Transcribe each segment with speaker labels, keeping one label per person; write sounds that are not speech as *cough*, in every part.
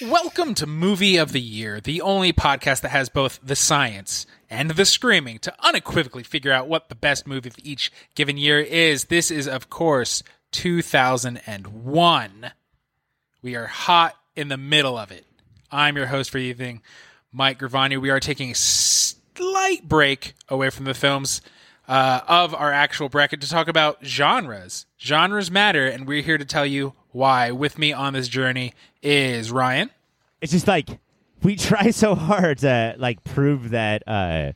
Speaker 1: Welcome to Movie of the Year, the only podcast that has both the science and the screaming to unequivocally figure out what the best movie of each given year is. This is, of course, 2001. We are hot in the middle of it. I'm your host for the evening, Mike Gravani. We are taking a slight break away from the films uh, of our actual bracket to talk about genres. Genres matter, and we're here to tell you why. With me on this journey is Ryan.
Speaker 2: It's just like we *laughs* try so hard to like prove that uh,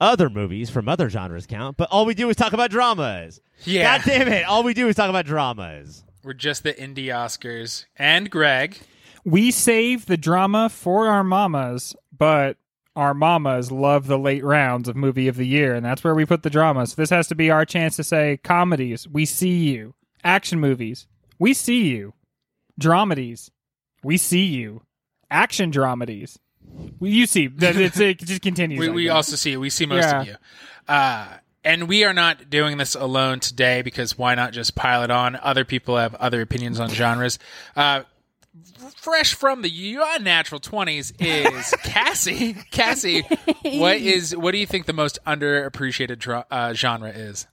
Speaker 2: other movies from other genres count, but all we do is talk about dramas.
Speaker 1: Yeah.
Speaker 2: God damn it! All we do is talk about dramas.
Speaker 1: We're just the indie Oscars. And Greg.
Speaker 3: We save the drama for our mamas, but our mamas love the late rounds of movie of the year, and that's where we put the drama. So this has to be our chance to say comedies, we see you. Action movies, we see you. Dramedies, we see you. Action dramedies, we, you see. That-
Speaker 1: *laughs*
Speaker 3: It's, it just continues.
Speaker 1: We,
Speaker 3: like
Speaker 1: we
Speaker 3: that.
Speaker 1: also see you. We see most of
Speaker 3: Yeah.
Speaker 1: you. Uh, and we are not doing this alone today because why not just pile it on? Other people have other opinions on genres. Uh, fresh from the unnatural 20s is Cassie. Cassie, what is what do you think the most underappreciated dra- uh, genre is?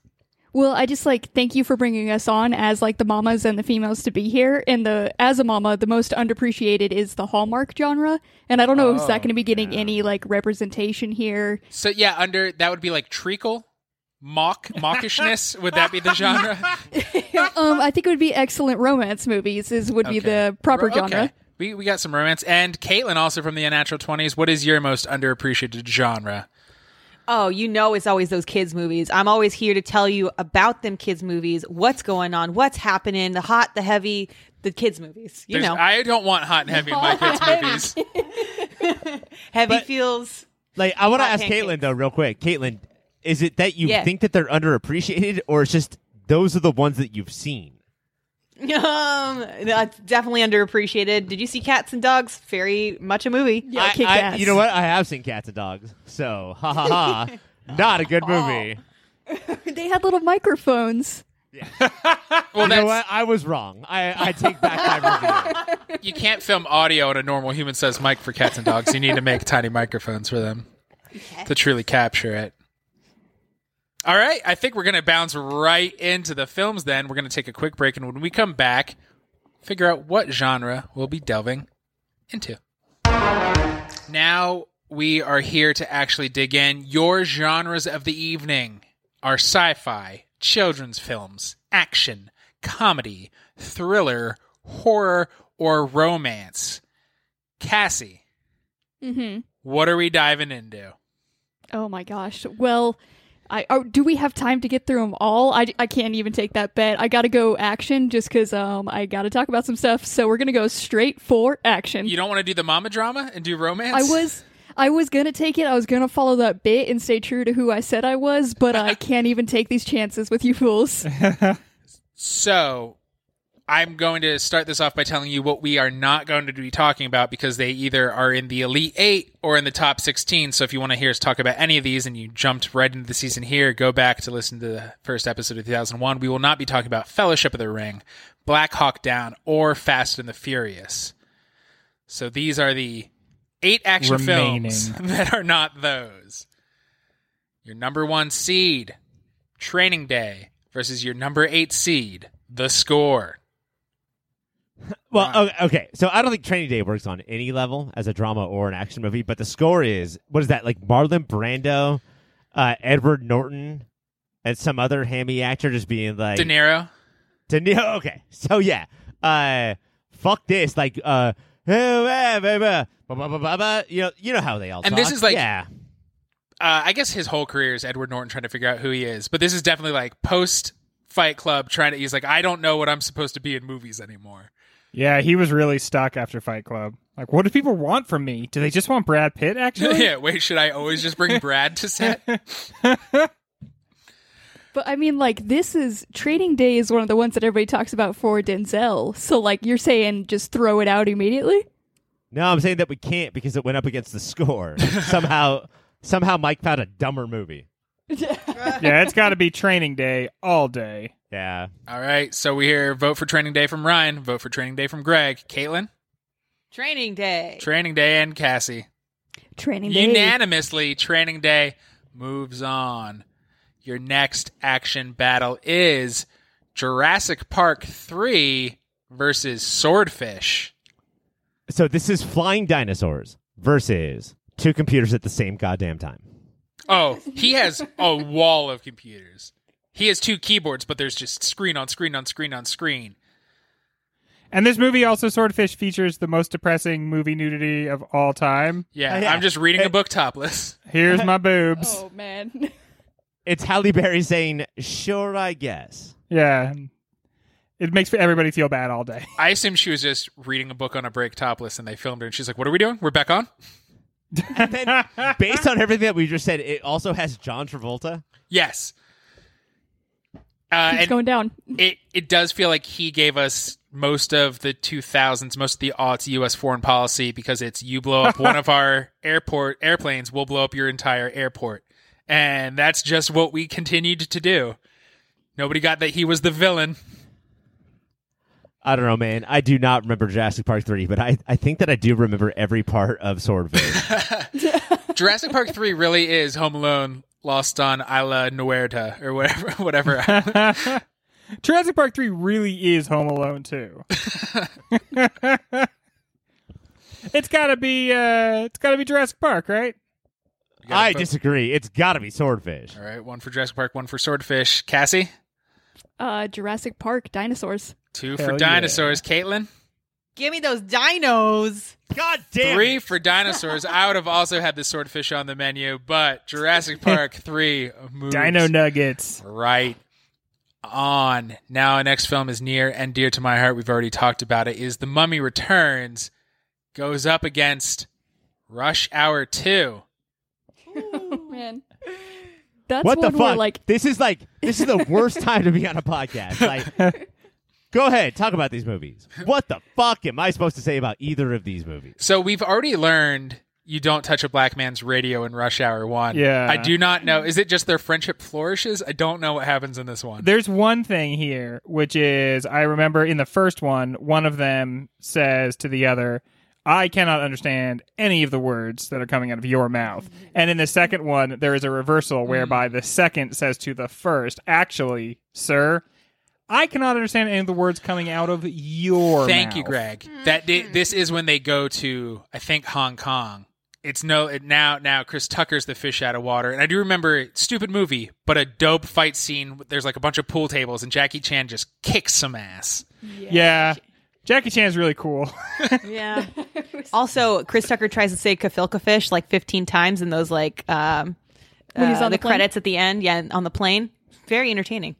Speaker 4: Well, I just like thank you for bringing us on as like the mamas and the females to be here. And the as a mama, the most underappreciated is the Hallmark genre. And I don't know if it's
Speaker 1: Oh,
Speaker 4: not going to be getting any like representation here.
Speaker 1: So yeah, under that would be like treacle, mock, mawkishness. would that be the genre?
Speaker 4: um, I think it would be excellent romance movies is would be
Speaker 1: Okay.
Speaker 4: the proper
Speaker 1: Ro-
Speaker 4: genre.
Speaker 1: Okay. We, we got some romance. And Caitlin, also from the Unnatural 20s, what is your most underappreciated genre?
Speaker 5: Oh, you know, it's always those kids' movies. I'm always here to tell you about them kids' movies, what's going on, what's happening, the hot, the heavy, the kids' movies. You
Speaker 1: There's-
Speaker 5: know,
Speaker 1: I don't want hot and heavy in my kids' movies.
Speaker 5: heavy
Speaker 2: but-
Speaker 5: feels. *laughs*
Speaker 2: Like I want to
Speaker 5: Hot
Speaker 2: ask
Speaker 5: pancakes.
Speaker 2: Caitlin though, real quick. Caitlin, is it that you
Speaker 5: Yeah.
Speaker 2: think that they're underappreciated, or it's just those are the ones that you've seen?
Speaker 5: Um, no, it's definitely underappreciated. Did you see Cats and Dogs? Very much a movie.
Speaker 4: Yeah,
Speaker 2: I-
Speaker 4: kick
Speaker 2: I-
Speaker 4: ass.
Speaker 2: you know what? I have seen Cats and Dogs, so ha ha
Speaker 4: *laughs*
Speaker 2: ha. Not a good movie.
Speaker 4: Oh. They had little microphones.
Speaker 1: Well,
Speaker 2: you know
Speaker 1: that's,
Speaker 2: what? I was wrong. I, I take back my review.
Speaker 1: you can't film audio on a normal human sized mic for cats and dogs. You need to make *laughs* tiny microphones for them to truly capture it. All right. I think we're going to bounce right into the films then. We're going to take a quick break. And when we come back, figure out what genre we'll be delving into. Now we are here to actually dig in. Your genres of the evening are sci fi, children's films, action, comedy, thriller, horror, or romance. Cassie,
Speaker 4: hmm
Speaker 1: what are we diving into?
Speaker 4: Oh my gosh. Well, I oh, do we have time to get through them all? I, I can't even take that bet. I got to go action just because um I got to talk about some stuff. So we're gonna go straight for action.
Speaker 1: You don't want to do the mama drama and do romance? *laughs*
Speaker 4: I was I was gonna take it. I was gonna follow that bit and stay true to who I said I was, but I can't even take these chances with you fools.
Speaker 1: So I'm going to start this off by telling you what we are not going to be talking about because they either are in the Elite Eight or in the top 16. So if you want to hear us talk about any of these and you jumped right into the season here, go back to listen to the first episode of 2001. We will not be talking about Fellowship of the Ring, Black Hawk Down, or Fast and the Furious. So these are the eight action films *laughs* that are not those. Your number one seed, Training Day, versus your number eight seed, The Score.
Speaker 2: Well, o- okay. So I don't think Training Day works on any level as a drama or an action movie, but the score is what is that like Marlon Brando, uh, Edward Norton, and some other hammy actor just being like
Speaker 1: De Niro.
Speaker 2: De Niro. *laughs* Okay, so yeah, uh, fuck this. Like, uh, "Hey, bah, bah, bah, bah, bah, bah, bah, bah," you know, you know how they all.
Speaker 1: And this
Speaker 2: talk.
Speaker 1: is like-
Speaker 2: yeah,
Speaker 1: Uh, I guess his whole career is Edward Norton trying to figure out who he is, but this is definitely like post Fight Club trying to. He's like, I don't know what I'm supposed to be in movies anymore. *laughs*
Speaker 3: yeah, he was really stuck after Fight Club. Like, what do people want from me? Do they just want Brad Pitt, actually?
Speaker 1: *laughs* yeah, wait, should I always just bring Brad to
Speaker 4: *laughs*
Speaker 1: set?
Speaker 4: but I mean, like this is Trading Day is one of the ones that everybody talks about for Denzel. So like you're saying, just throw it out immediately.
Speaker 2: no, I'm saying that we can't because it went up against
Speaker 1: *laughs*
Speaker 2: the score. somehow, somehow Mike found a dumber movie.
Speaker 3: yeah, it's got to be training day all day.
Speaker 2: Yeah.
Speaker 1: All right, so we hear vote for Training Day from Ryan, vote for Training Day from Greg, Caitlin.
Speaker 5: *laughs* Training Day.
Speaker 1: Training Day and Cassie.
Speaker 4: Training day.
Speaker 1: Unanimously, Training Day moves on. Your next action battle is Jurassic Park 3 versus Swordfish.
Speaker 2: So this is flying dinosaurs versus two computers at the same goddamn time.
Speaker 1: Oh, he has a wall of computers. He has two keyboards, but there's just screen on screen on screen on screen.
Speaker 3: And this movie also Swordfish features the most depressing movie nudity of all time.
Speaker 1: Yeah,
Speaker 2: Oh, yeah.
Speaker 1: I'm just reading a book topless.
Speaker 3: Here's my boobs.
Speaker 4: Oh man. *laughs*
Speaker 2: It's Halle Berry saying, "Sure, I guess."
Speaker 3: Yeah. It makes everybody feel bad all day. *laughs*
Speaker 1: I assume she was just reading a book on a break topless and they filmed her and she's like, What are we doing? We're back on?
Speaker 2: And then, based on everything that we just said, it also has John Travolta.
Speaker 1: Yes. Uh,
Speaker 4: Keeps
Speaker 1: and
Speaker 4: going down.
Speaker 1: it it does feel like he gave us most of the 2000s, most of the aughts U.S. foreign policy because it's you blow up *laughs* one of our airport airplanes, we'll blow up your entire airport, and that's just what we continued to do. Nobody got that he was the villain.
Speaker 2: I don't know, man. I do not remember Jurassic Park three, but I, I think that I do remember every part of Swordfish.
Speaker 1: *laughs* Jurassic Park Three really is Home Alone lost on Isla Nuerta or whatever, *laughs* whatever.
Speaker 3: Jurassic Park 3 really is Home Alone too. *laughs* it's got to be uh it's got to be Jurassic Park, right?
Speaker 2: I disagree. It's got to be Swordfish.
Speaker 1: All right, one for Jurassic Park, one for Swordfish. Cassie,
Speaker 4: Uh, Jurassic Park dinosaurs.
Speaker 1: two
Speaker 3: Hell
Speaker 1: for
Speaker 3: yeah.
Speaker 1: dinosaurs. Caitlin.
Speaker 5: Give me those dinos.
Speaker 2: God damn!
Speaker 1: three
Speaker 2: it.
Speaker 1: for dinosaurs. I would have also had the swordfish on the menu, but Jurassic Park three moves
Speaker 3: Dino Nuggets.
Speaker 1: right on. Now, our next film is near and dear to my heart. We've already talked about it. Is The Mummy Returns goes up against Rush Hour two.
Speaker 4: Oh man. That's
Speaker 2: what the
Speaker 4: one where
Speaker 2: fuck?
Speaker 4: like
Speaker 2: this is like this is
Speaker 4: *laughs*
Speaker 2: the worst time to be on a podcast. Like, go ahead, talk about these movies. What the fuck am I supposed to say about either of these movies?
Speaker 1: So we've already learned. You don't touch a black man's radio in Rush Hour 1.
Speaker 3: Yeah.
Speaker 1: I do not know. Is it just their friendship flourishes? I don't know what happens in this one.
Speaker 3: There's one thing here, which is I remember in the first one, one of them says to the other, I cannot understand any of the words that are coming out of your mouth. And in the second one, there is a
Speaker 1: Mm.
Speaker 3: reversal whereby the second says to the first, Actually, sir, I cannot understand any of the words coming out of your
Speaker 1: Thank
Speaker 3: mouth."
Speaker 1: you, Greg. That di- this is when they go to I think Hong Kong. It's no it, now now Chris Tucker's the fish out of water, and I do remember stupid movie, but a dope fight scene. There's like a bunch of pool tables, and Jackie Chan just kicks some ass.
Speaker 3: Yeah. Jackie Chan's really cool. *laughs*
Speaker 4: *laughs*
Speaker 5: Yeah. also, Chris Tucker tries to say kafilka fish like 15 times in those like um
Speaker 4: When he's
Speaker 5: uh,
Speaker 4: on the plane? *laughs*
Speaker 5: credits at the end, yeah, on the plane. Very entertaining.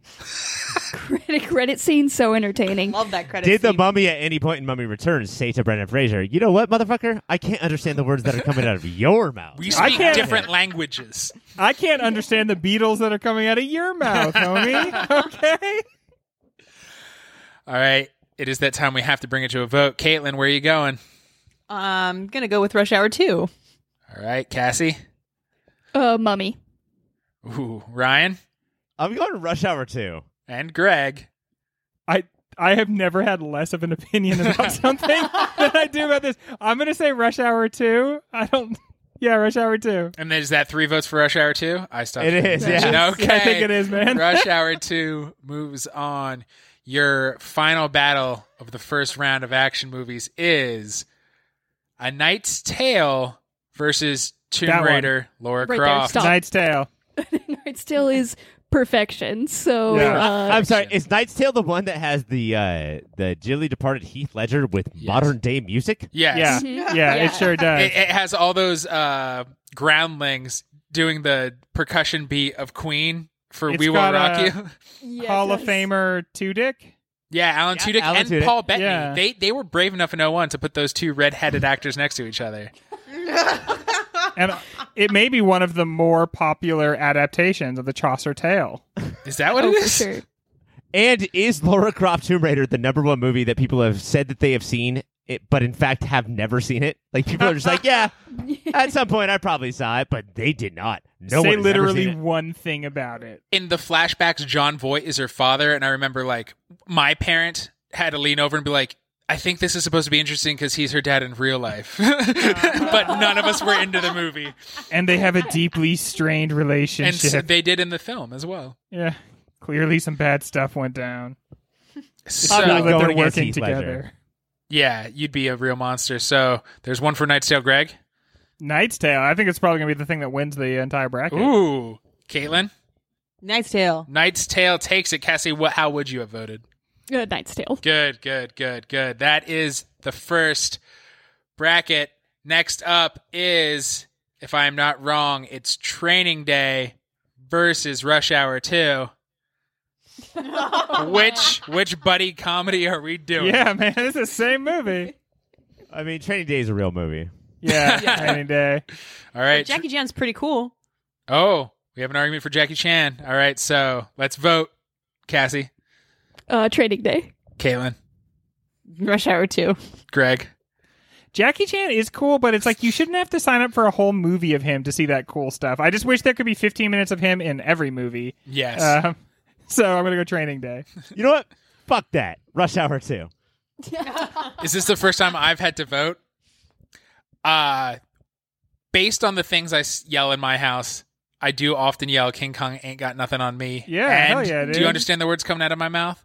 Speaker 4: credit credit scene so entertaining.
Speaker 5: Love that credit.
Speaker 2: Did the
Speaker 5: scene.
Speaker 2: mummy at any point in Mummy Returns say to Brendan Fraser, "You know what, motherfucker? I can't understand the words that are coming out of your mouth."
Speaker 1: We
Speaker 3: I
Speaker 1: speak
Speaker 3: can't-
Speaker 1: different languages.
Speaker 3: I can't understand the Beatles that are coming out of your
Speaker 1: *laughs*
Speaker 3: mouth, homie. Okay.
Speaker 1: All right, it is that time we have to bring it to a vote. Caitlin, where are you going?
Speaker 5: I'm gonna go with Rush Hour Two.
Speaker 1: All right, Cassie.
Speaker 4: Uh, mummy. *laughs*
Speaker 1: Ooh, Ryan
Speaker 2: I'm going to Rush Hour Two.
Speaker 1: and Greg.
Speaker 3: I I have never had less of an opinion
Speaker 1: *laughs*
Speaker 3: about something than I do about this. I'm gonna say Rush Hour Two. I don't. Yeah, Rush Hour Two.
Speaker 1: And is that three votes for Rush Hour Two? I stopped.
Speaker 2: It is,
Speaker 1: paying attention.
Speaker 2: yeah.
Speaker 1: Okay,
Speaker 3: *laughs* I think it is,
Speaker 1: *laughs*
Speaker 3: man.
Speaker 1: Rush Hour 2 moves on. Your final battle of the first round of action movies is A Knight's Tale versus
Speaker 3: That
Speaker 1: Tomb
Speaker 3: one.
Speaker 1: Raider Laura
Speaker 4: Right there,
Speaker 1: Croft.
Speaker 4: stop.
Speaker 3: Knight's Tale.
Speaker 4: it still is perfection. So
Speaker 3: Yeah.
Speaker 4: uh,
Speaker 2: I'm sorry. Is Knight's Tale the one that has the uh, the dearly departed Heath Ledger with
Speaker 1: Yes.
Speaker 2: modern day music?
Speaker 1: Yes.
Speaker 3: Yeah,
Speaker 4: *laughs* Mhm.
Speaker 3: yeah,
Speaker 4: Yeah.
Speaker 3: it sure does.
Speaker 1: *laughs* It, it has all those uh, groundlings doing the percussion beat of Queen for
Speaker 3: It's
Speaker 1: We Will
Speaker 3: got,
Speaker 1: Rock
Speaker 3: uh,
Speaker 1: You.
Speaker 4: yes,
Speaker 3: Hall of
Speaker 4: yes.
Speaker 3: Famer Two Dick.
Speaker 1: Yeah, Alan
Speaker 2: Yeah,
Speaker 1: Tudyk
Speaker 2: Alan
Speaker 1: and
Speaker 2: Tudyk.
Speaker 1: Paul Bettany.
Speaker 3: Yeah.
Speaker 1: They they were brave enough in 01 to put those two red-headed actors next to each other.
Speaker 3: And it may be one of the more popular adaptations of the Chaucer tale.
Speaker 1: Is that what
Speaker 4: Oh,
Speaker 1: it
Speaker 4: for
Speaker 1: is?
Speaker 4: sure.
Speaker 2: And is Laura Croft Tomb Raider the number one movie that people have said that they have seen, it, but in fact have never seen it? Like people are just like, yeah,
Speaker 4: *laughs*
Speaker 2: at some point I probably saw it, but they did not. No
Speaker 3: Say
Speaker 2: one has ever seen
Speaker 3: literally
Speaker 2: it.
Speaker 3: one thing about it.
Speaker 1: in the flashbacks, John Voight is her father, and I remember like my parent had to lean over and be like, I think this is supposed to be interesting because he's her dad in real life, *laughs* but none of us were into the movie,
Speaker 3: and they have a deeply strained
Speaker 1: and
Speaker 3: relationship.
Speaker 1: s they did in the film as well.
Speaker 3: yeah, clearly some bad stuff went down.
Speaker 2: I'm not
Speaker 3: Now
Speaker 1: So
Speaker 3: that
Speaker 2: going
Speaker 3: they're
Speaker 2: against
Speaker 3: working
Speaker 2: Heath Ledger.
Speaker 3: together.
Speaker 1: yeah, you'd be a real monster. So there's one for Night's Tale, Greg.
Speaker 3: Knight's Tale. I think it's probably gonna be the thing that wins the entire bracket.
Speaker 1: Ooh, Caitlin.
Speaker 5: Knight's Tale.
Speaker 1: Knight's Tale takes it. Cassie, what? How would you have voted?
Speaker 4: Uh, Knight's Tale.
Speaker 1: Good, good, good, good. That is the first bracket. Next up is, if I'm not wrong, it's Training Day versus Rush Hour 2. which which buddy comedy are we doing?
Speaker 3: Yeah, man, it's the same movie.
Speaker 2: I mean, Training Day is a real movie.
Speaker 3: Yeah, any day.
Speaker 1: All right.
Speaker 5: Jackie Chan's pretty cool.
Speaker 1: oh, we have an argument for Jackie Chan. All right, so let's vote. Cassie,
Speaker 4: Uh, Training Day.
Speaker 1: Caitlin,
Speaker 5: Rush Hour 2.
Speaker 1: Greg.
Speaker 3: Jackie Chan is cool, but it's like you shouldn't have to sign up for a whole movie of him to see that cool stuff. I just wish there could be 15 minutes of him in every movie.
Speaker 1: Yes.
Speaker 3: Um, *laughs* so I'm gonna go Training Day.
Speaker 2: You know what? Fuck that. Rush Hour 2.
Speaker 1: Is this the first time I've had to vote? Uh based on the things I s- yell in my house, I do often yell "King Kong ain't got nothing on me."
Speaker 3: Yeah,
Speaker 1: and
Speaker 3: hell yeah,
Speaker 1: do
Speaker 3: dude.
Speaker 1: you understand the words coming out of my mouth?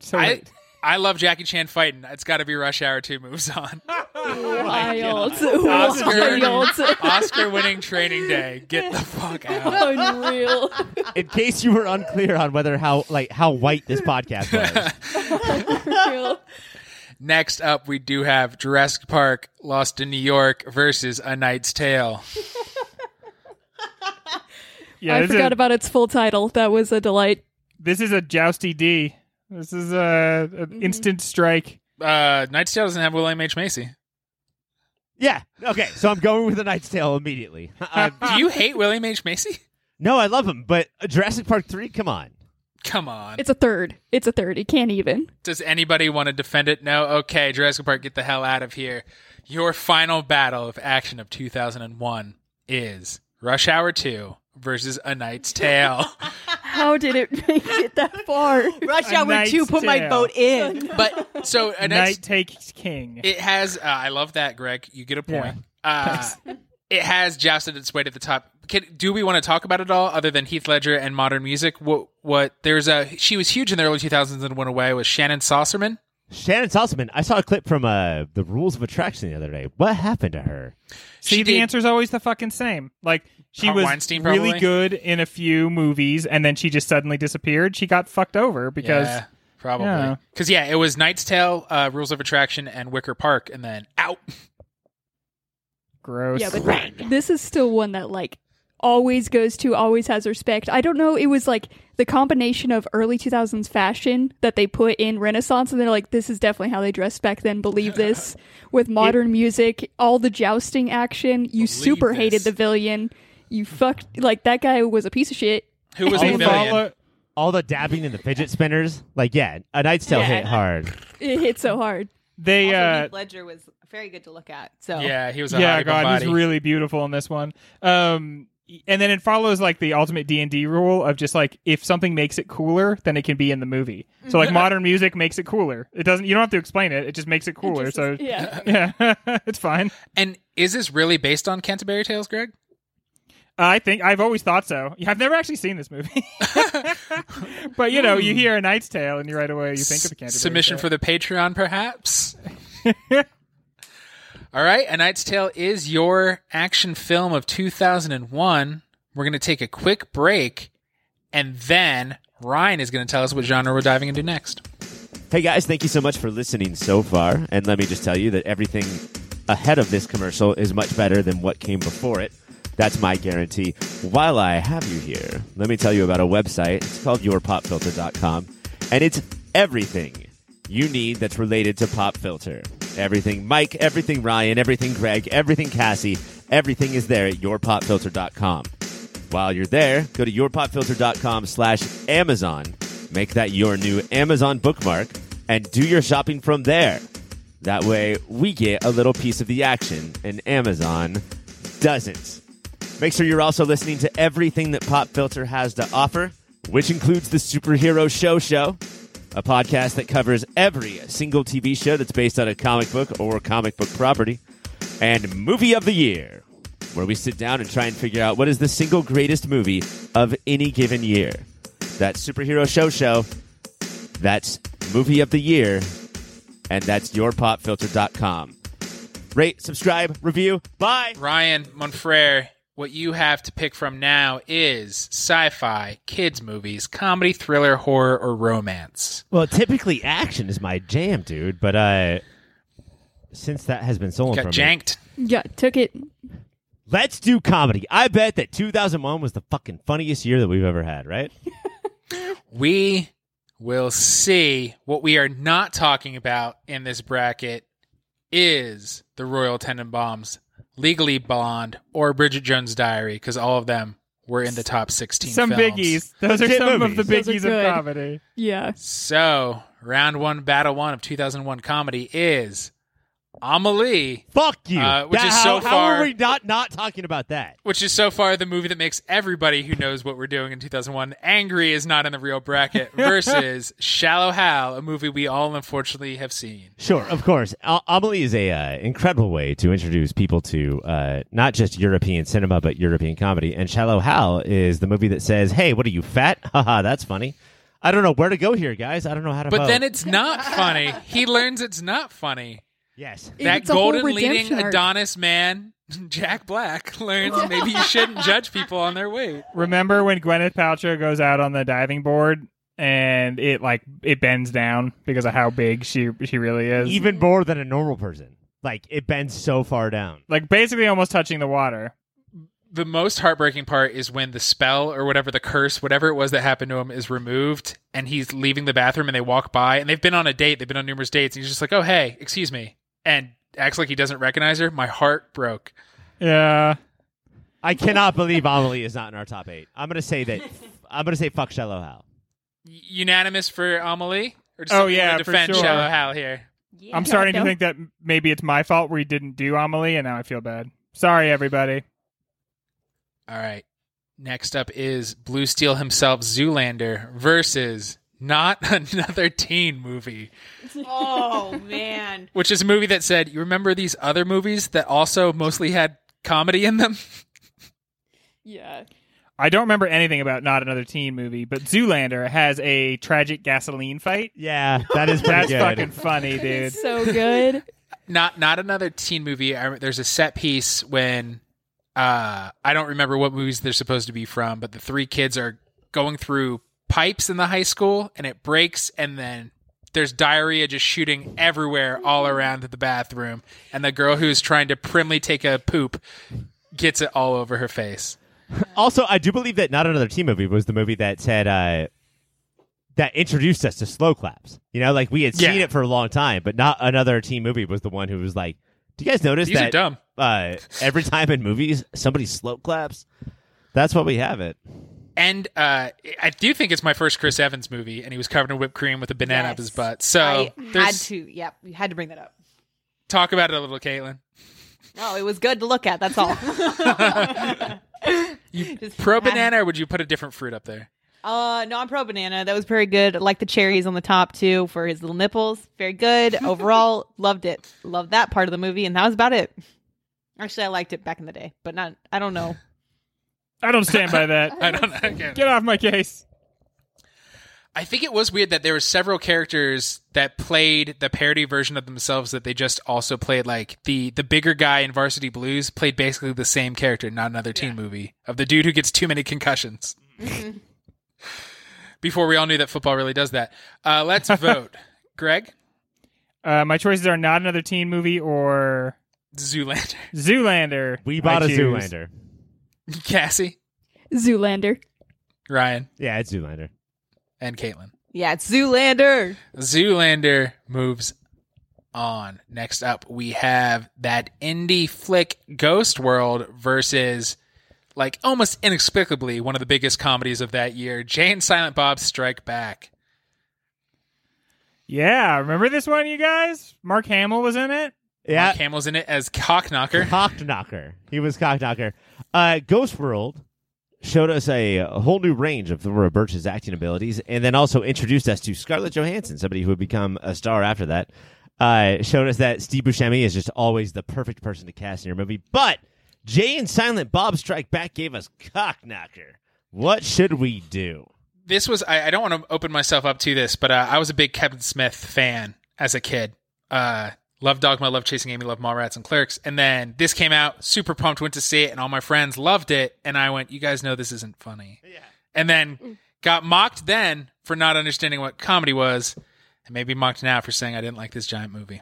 Speaker 3: So
Speaker 1: I I love Jackie Chan fighting. It's got to be Rush Hour Two moves
Speaker 3: *laughs*
Speaker 1: on.
Speaker 3: Oh,
Speaker 4: Wild.
Speaker 1: Oscar,
Speaker 4: Wild.
Speaker 1: Oscar winning Training Day. Get the fuck out. *laughs*
Speaker 3: *laughs*
Speaker 4: Unreal. *laughs*
Speaker 2: In case you were unclear on whether how like how white this
Speaker 1: *laughs*
Speaker 2: podcast was.
Speaker 4: Unreal.
Speaker 1: Next up, we do have Jurassic Park: Lost in New York versus A Knight's Tale.
Speaker 3: yeah,
Speaker 4: I
Speaker 3: this is-
Speaker 4: forgot about its full title. That was a delight.
Speaker 3: This is a jousty D. This is a an instant strike.
Speaker 1: Uh, Knight's Tale doesn't have William H Macy.
Speaker 2: yeah. Okay. So I'm going with The Night's Tale immediately. I-
Speaker 1: Do you hate William H Macy?
Speaker 2: no, I love him, but Jurassic Park 3, come on.
Speaker 1: Come on.
Speaker 4: It's a third. It's a third. It can't even.
Speaker 1: Does anybody want to defend it? No? Okay, Jurassic Park, get the hell out of here. Your final battle of action of 2001 is Rush Hour 2 versus A Knight's Tale.
Speaker 4: How did it *laughs* make it that far?
Speaker 3: *laughs*
Speaker 5: Rush
Speaker 3: A
Speaker 5: Hour
Speaker 3: Knight's
Speaker 5: 2 put my
Speaker 3: Tale.
Speaker 5: vote
Speaker 3: *laughs*
Speaker 5: in.
Speaker 1: but so A
Speaker 3: Knight
Speaker 1: Knight's
Speaker 3: takes king.
Speaker 1: it has uh, I love that, Greg. You get a point. Uh, it has jousted its weight at the top. Can, do we want to talk about it all other than Heath Ledger and modern music? What what there's a she was huge in the early 2000s and went away was Shannon Saucerman.
Speaker 2: Shannon Salzman, I saw a clip from uh, The Rules of Attraction the other day. What happened to her?
Speaker 1: She
Speaker 3: See, the
Speaker 1: did-
Speaker 3: answer's always the fucking same. Like she
Speaker 1: Harvey
Speaker 3: was
Speaker 1: Weinstein, probably?
Speaker 3: really good in a few movies, and then she just suddenly disappeared. She got fucked over because
Speaker 1: yeah, probably
Speaker 3: yeah.
Speaker 1: because yeah. it was Knight's Tale, uh, Rules of Attraction, and Wicker Park, and then out. *laughs*
Speaker 3: gross.
Speaker 4: Yeah, but this is still one that like always goes to, always has respect. I don't know. It was like the combination of early 2000s fashion that they put in Renaissance, and they're like, this is definitely how they dressed back
Speaker 1: *laughs*
Speaker 4: then. Believe this. With modern music, all the jousting action, you super
Speaker 1: this.
Speaker 4: hated the villain. You fucked like that guy was a piece of shit.
Speaker 1: Who was
Speaker 3: All
Speaker 1: the
Speaker 3: the
Speaker 1: villain?
Speaker 3: follow-
Speaker 2: All the dabbing and the fidget spinners? Like, yeah, A Night's Tale
Speaker 5: Yeah.
Speaker 2: hit hard.
Speaker 4: It hit
Speaker 1: *laughs*
Speaker 4: so hard.
Speaker 3: they
Speaker 5: Also,
Speaker 3: uh,
Speaker 5: Heath Ledger was very good to look at. So
Speaker 1: Yeah, he was a
Speaker 3: yeah,
Speaker 1: hottie
Speaker 3: God,
Speaker 1: body.
Speaker 3: he's really beautiful in this one. Um, and then it follows like the ultimate D and D rule of just like if something makes it cooler, then it can be in the movie. So like modern music makes it cooler. It doesn't. You don't have to explain it. It just makes it cooler.
Speaker 4: Just-
Speaker 3: so
Speaker 1: *laughs*
Speaker 4: yeah.
Speaker 3: *laughs* yeah, it's fine.
Speaker 1: and is this really based on Canterbury Tales, Greg?
Speaker 3: I think I've always thought so. Yeah, I've never actually seen this movie, *laughs* but you know, you hear a Knight's Tale, and you right away you think of the Canterbury.
Speaker 1: Submission for the Patreon,
Speaker 3: *laughs*
Speaker 1: perhaps. All right, A Knight's Tale is your action film of 2001. We're going to take a quick break, and then Ryan is going to tell us what genre we're diving into next.
Speaker 2: Hey guys, thank you so much for listening so far. And let me just tell you that everything ahead of this commercial is much better than what came before it. That's my guarantee. While I have you here, let me tell you about a website. It's called yourpopfilter.com and it's everything you need that's related to Pop Filter. Everything Mike, everything Ryan, everything Greg, everything Cassie, everything is there at yourpopfilter.com. While you're there, go to yourpopfilter.com slash Amazon. Make that your new Amazon bookmark and do your shopping from there. That way, we get a little piece of the action and Amazon doesn't. Make sure you're also listening to everything that Pop Filter has to offer, which includes the Superhero Show Show, a podcast that covers every single TV show that's based on a comic book or comic book property, and movie of the year, where we sit down and try and figure out what is the single greatest movie of any given year. That superhero show show, that's movie of the year, and that's yourpopfilter.com. Rate, subscribe, review. Bye.
Speaker 1: Ryan Monfrere, what you have to pick from now is sci-fi, kids movies, comedy, thriller, horror, or romance.
Speaker 2: Well, typically action is my jam, dude, but uh since that has been stolen
Speaker 1: Got
Speaker 2: from me,
Speaker 1: janked.
Speaker 4: Yeah, took it.
Speaker 2: let's do comedy. I bet that 2001 was the fucking funniest year that we've ever
Speaker 1: *laughs*
Speaker 2: had, right?
Speaker 1: We will see. What we are not talking about in this bracket is the Royal Tenenbaums, Legally Blonde, or Bridget Jones' Diary, because all of them were in the top 16
Speaker 3: Some
Speaker 1: films.
Speaker 3: biggies. Those are
Speaker 2: Kid
Speaker 3: some of
Speaker 2: movies.
Speaker 3: the
Speaker 4: Those are
Speaker 3: biggies
Speaker 4: good.
Speaker 3: of comedy.
Speaker 4: Yeah.
Speaker 1: So, round one, battle one of 2001 comedy is Amelie,
Speaker 2: Fuck you.
Speaker 1: Uh, which
Speaker 2: That-
Speaker 1: is so
Speaker 2: how, How
Speaker 1: far-
Speaker 2: are we not not talking about that?
Speaker 1: which is so far the movie that makes everybody who knows what we're doing in 2001 angry is not in the real
Speaker 4: *laughs*
Speaker 1: bracket, versus Shallow Hal, a movie we all unfortunately have seen.
Speaker 2: Sure, of course. A- Amelie is a uh, incredible way to introduce people to uh, not just European cinema but European comedy. And Shallow Hal is the movie that says, "Hey, what are you fat? *laughs* Haha, that's funny." I don't know where to go here, guys. I don't know how to.
Speaker 1: But
Speaker 2: vote.
Speaker 1: then it's
Speaker 4: *laughs*
Speaker 1: not funny. He learns it's not funny.
Speaker 2: yes,
Speaker 4: It-
Speaker 1: that
Speaker 4: it's a whole
Speaker 1: golden leading
Speaker 4: redemption arc.
Speaker 1: Adonis man, *laughs* Jack Black,
Speaker 4: *laughs*
Speaker 1: learns maybe you shouldn't judge people on their weight.
Speaker 3: Remember when Gwyneth Paltrow goes out on the diving board and it like it bends down because of how big she she really is.
Speaker 2: even more than a normal person. Like it bends so far down.
Speaker 3: like basically almost touching the water.
Speaker 1: The most heartbreaking part is when the spell or whatever the curse, whatever it was that happened to him, is removed and he's leaving the bathroom and they walk by and they've been on a date, they've been on numerous dates, and he's just like, Oh hey, excuse me and acts like he doesn't recognize her. My heart broke.
Speaker 3: Yeah.
Speaker 2: I cannot believe Amelie is not in our top eight. I'm gonna say *laughs* that. I'm gonna say fuck Shallow Hal.
Speaker 1: Y- Unanimous for Amelie? Or
Speaker 3: Oh,
Speaker 1: someone
Speaker 3: yeah,
Speaker 1: wanna
Speaker 3: for
Speaker 1: defend
Speaker 3: sure.
Speaker 1: Shallow Hal here.
Speaker 3: I'm
Speaker 4: Yeah,
Speaker 3: starting to
Speaker 4: no.
Speaker 5: *laughs*
Speaker 3: think that m- maybe it's my fault we didn't do Amelie, and now I feel bad. Sorry, everybody.
Speaker 1: All right. Next up is Blue Steel himself, Zoolander, versus not *laughs* another teen movie,
Speaker 5: Oh man.
Speaker 1: which is a movie that said, You remember these other movies that also mostly had comedy in them?
Speaker 4: Yeah.
Speaker 3: I don't remember anything about not another teen movie, but Zoolander has a tragic gasoline fight.
Speaker 2: Yeah, that is pretty
Speaker 3: That's
Speaker 2: good.
Speaker 3: fucking funny, dude.
Speaker 4: It's
Speaker 1: *laughs*
Speaker 4: so good.
Speaker 1: Not not another teen movie. I, rem- there's a set piece when uh, I don't remember what movies they're supposed to be from, but the three kids are going through pipes in the high school and it breaks and then there's diarrhea just shooting everywhere all around the bathroom and the girl who's trying to primly take a poop gets it all over her face.
Speaker 2: Also, I do believe that not another teen movie was the movie that said uh, that introduced us to slow claps. You know, like we had seen
Speaker 1: Yeah.
Speaker 2: it for a long time, but not another teen movie was the one who was like, "Do you guys notice
Speaker 1: These are
Speaker 2: that
Speaker 1: dumb.
Speaker 2: Uh, every time in movies somebody slow claps?" That's what we have it.
Speaker 1: And uh, I do think it's my first Chris Evans movie and he was covered in whipped cream with a banana up his
Speaker 5: Yes.
Speaker 1: butt. So
Speaker 5: I had
Speaker 1: there's-
Speaker 5: to. Yep, you had to bring that up.
Speaker 1: talk about it a little, Caitlin. *laughs*
Speaker 5: No, it was good to look at. That's all. Just
Speaker 1: Pro
Speaker 5: had-
Speaker 1: banana or would you put a different fruit up there? *laughs*
Speaker 5: Uh, no, I'm pro banana. That was very good. I like the cherries on the top too for his little nipples. Very good
Speaker 1: *laughs*
Speaker 5: overall. loved it. Loved that part of the movie, and that was about it. Actually, I liked it back in the day, but not. I don't
Speaker 1: *laughs*
Speaker 5: know.
Speaker 3: I don't stand by
Speaker 1: I *laughs*
Speaker 3: that.
Speaker 1: don't know. Again.
Speaker 3: Get off my case.
Speaker 1: I think it was weird that there were several characters that played the parody version of themselves that they just also played like the the bigger guy in Varsity Blues played basically the same character, in not another teen movie of the dude who gets too many concussions. *laughs* Before we all knew that football really does that. Uh, let's vote. Greg
Speaker 3: Uh, my choices are not another teen movie or
Speaker 1: Zoolander, *laughs*
Speaker 3: Zoolander.
Speaker 2: We bought
Speaker 3: I
Speaker 2: a
Speaker 3: choose.
Speaker 2: Zoolander.
Speaker 1: Cassie, *laughs*
Speaker 4: Zoolander.
Speaker 1: Ryan,
Speaker 2: Yeah, it's Zoolander.
Speaker 1: and Caitlin.
Speaker 5: Yeah, it's Zoolander.
Speaker 1: Zoolander moves on. Next up, we have that indie flick Ghost World versus, like, almost inexplicably, one of the biggest comedies of that year Jay and Silent Bob Strike Back.
Speaker 3: Yeah, remember this one, you guys? Mark Hamill was in it.
Speaker 2: Yeah,
Speaker 1: Mark Hamill's in it as Cockknocker.
Speaker 2: Cock knocker. He was cock knocker. Uh, Ghost World showed us a, a whole new range of Thora Birch's acting abilities, and then also introduced us to Scarlett Johansson, somebody who would become a star after that. Uh, showed us that Steve Buscemi is just always the perfect person to cast in your movie. But Jay and Silent Bob Strike Back gave us Cockknocker. What should we do?
Speaker 1: This was I, I don't want to open myself up to this, but uh, I was a big Kevin Smith fan as a kid. Uh, love Dogma, love Chasing Amy, love Mallrats and Clerks. And then this came out, super pumped, went to see it, and all my friends loved it. And I went, "You guys know this isn't funny." Yeah. And then got mocked then for not understanding what comedy was, and maybe mocked now for saying I didn't like this giant movie.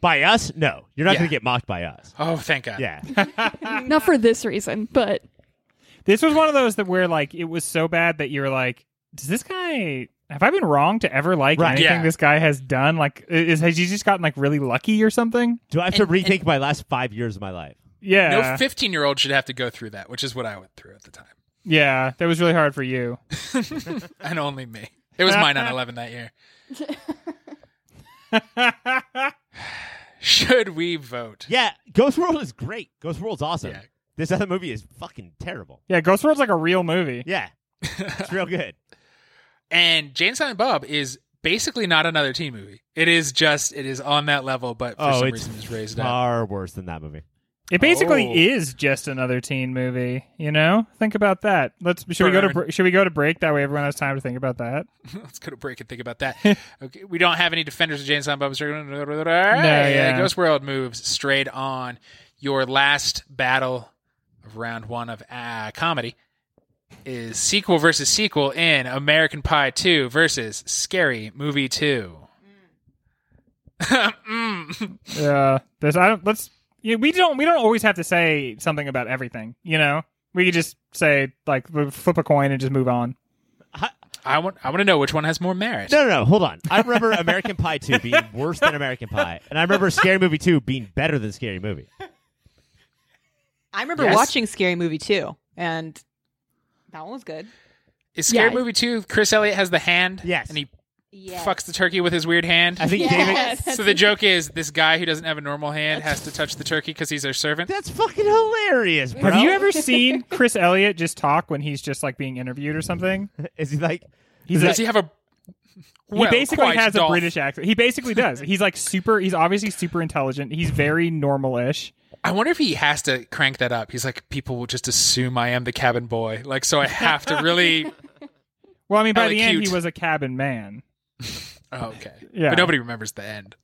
Speaker 2: By us? No, you're not
Speaker 1: Yeah.
Speaker 2: going to get mocked
Speaker 1: *laughs*
Speaker 2: by us.
Speaker 1: Oh, thank God.
Speaker 2: Yeah,
Speaker 4: Not for this reason, but
Speaker 3: This was one of those that where like it was so bad that you were like, does this guy have I been wrong to ever like
Speaker 2: Right.
Speaker 3: anything
Speaker 1: Yeah.
Speaker 3: this guy has done? Like, is has he just gotten like really lucky or something?
Speaker 2: do I have to
Speaker 1: And-
Speaker 2: rethink my last five years of my life?
Speaker 3: Yeah,
Speaker 1: No 15 year old should have to go through that, which is what I went through at the time.
Speaker 3: yeah, that was really hard for you.
Speaker 1: *laughs* and only me. It was my 9 11 that
Speaker 2: *laughs*
Speaker 1: year. Should we vote?
Speaker 2: Yeah, Ghost World is great. Ghost World's awesome.
Speaker 1: Yeah.
Speaker 2: This other movie is fucking terrible.
Speaker 3: Yeah, Ghost World's like a real movie.
Speaker 2: Yeah, it's real *laughs* good.
Speaker 1: And Jane Silent Bob is basically not another teen movie. It is just, it is on that level, but for
Speaker 2: oh,
Speaker 1: some
Speaker 2: it's
Speaker 1: reason it's raised up.
Speaker 2: far worse than that movie.
Speaker 3: It basically
Speaker 1: Oh.
Speaker 3: is just another teen movie. You know, think about that. Let's should we go to
Speaker 1: Burn.
Speaker 3: br- should we go to break? That way, everyone has time to think about that.
Speaker 1: *laughs* Let's go to break and think about that. okay, we don't have any defenders of Jane Silent Bob. No, yeah.
Speaker 3: yeah.
Speaker 1: Ghost World moves straight on your last battle of round one of uh, comedy. Is sequel versus sequel in American Pie 2 versus Scary Movie 2. *laughs* Mm.
Speaker 3: Yeah, there's I don't let's yeah, we don't we don't always have to say something about everything. You know, we could just say like we flip a coin and just move on.
Speaker 1: I want I want to know which one has more merit.
Speaker 2: No, no, no. Hold on. I remember American Pie 2 *laughs* being worse than American Pie, and I remember Scary Movie 2 being better than Scary Movie.
Speaker 5: I remember
Speaker 1: Yes.
Speaker 5: watching Scary Movie too, and that one was good.
Speaker 1: Is Scary
Speaker 4: Yeah.
Speaker 1: Movie 2 Chris Elliott has the hand
Speaker 2: Yes.
Speaker 1: and he
Speaker 5: Yeah.
Speaker 1: fucks the turkey with his weird hand?
Speaker 2: I think David.
Speaker 5: Yes.
Speaker 1: So the joke is this guy who doesn't have a normal hand has to touch the turkey because he's our servant.
Speaker 2: That's fucking hilarious, bro.
Speaker 3: Have
Speaker 1: *laughs*
Speaker 3: you ever seen Chris Elliott just talk when he's just like being interviewed or something?
Speaker 2: Is he like?
Speaker 3: He's
Speaker 1: Does
Speaker 3: like,
Speaker 1: he have a? Well,
Speaker 3: he basically
Speaker 1: quite
Speaker 3: has
Speaker 1: Dolph.
Speaker 3: a British accent. He basically does. He's like super. He's obviously super intelligent. He's very normal-ish.
Speaker 1: I wonder if he has to crank that up. He's like, people will just assume I am the cabin boy. Like, so I have to
Speaker 5: *laughs*
Speaker 1: really.
Speaker 3: Well, I mean,
Speaker 1: Kinda
Speaker 3: by the end,
Speaker 1: cute.
Speaker 3: he was a cabin man.
Speaker 1: Oh, okay.
Speaker 3: Yeah.
Speaker 1: But nobody remembers the end.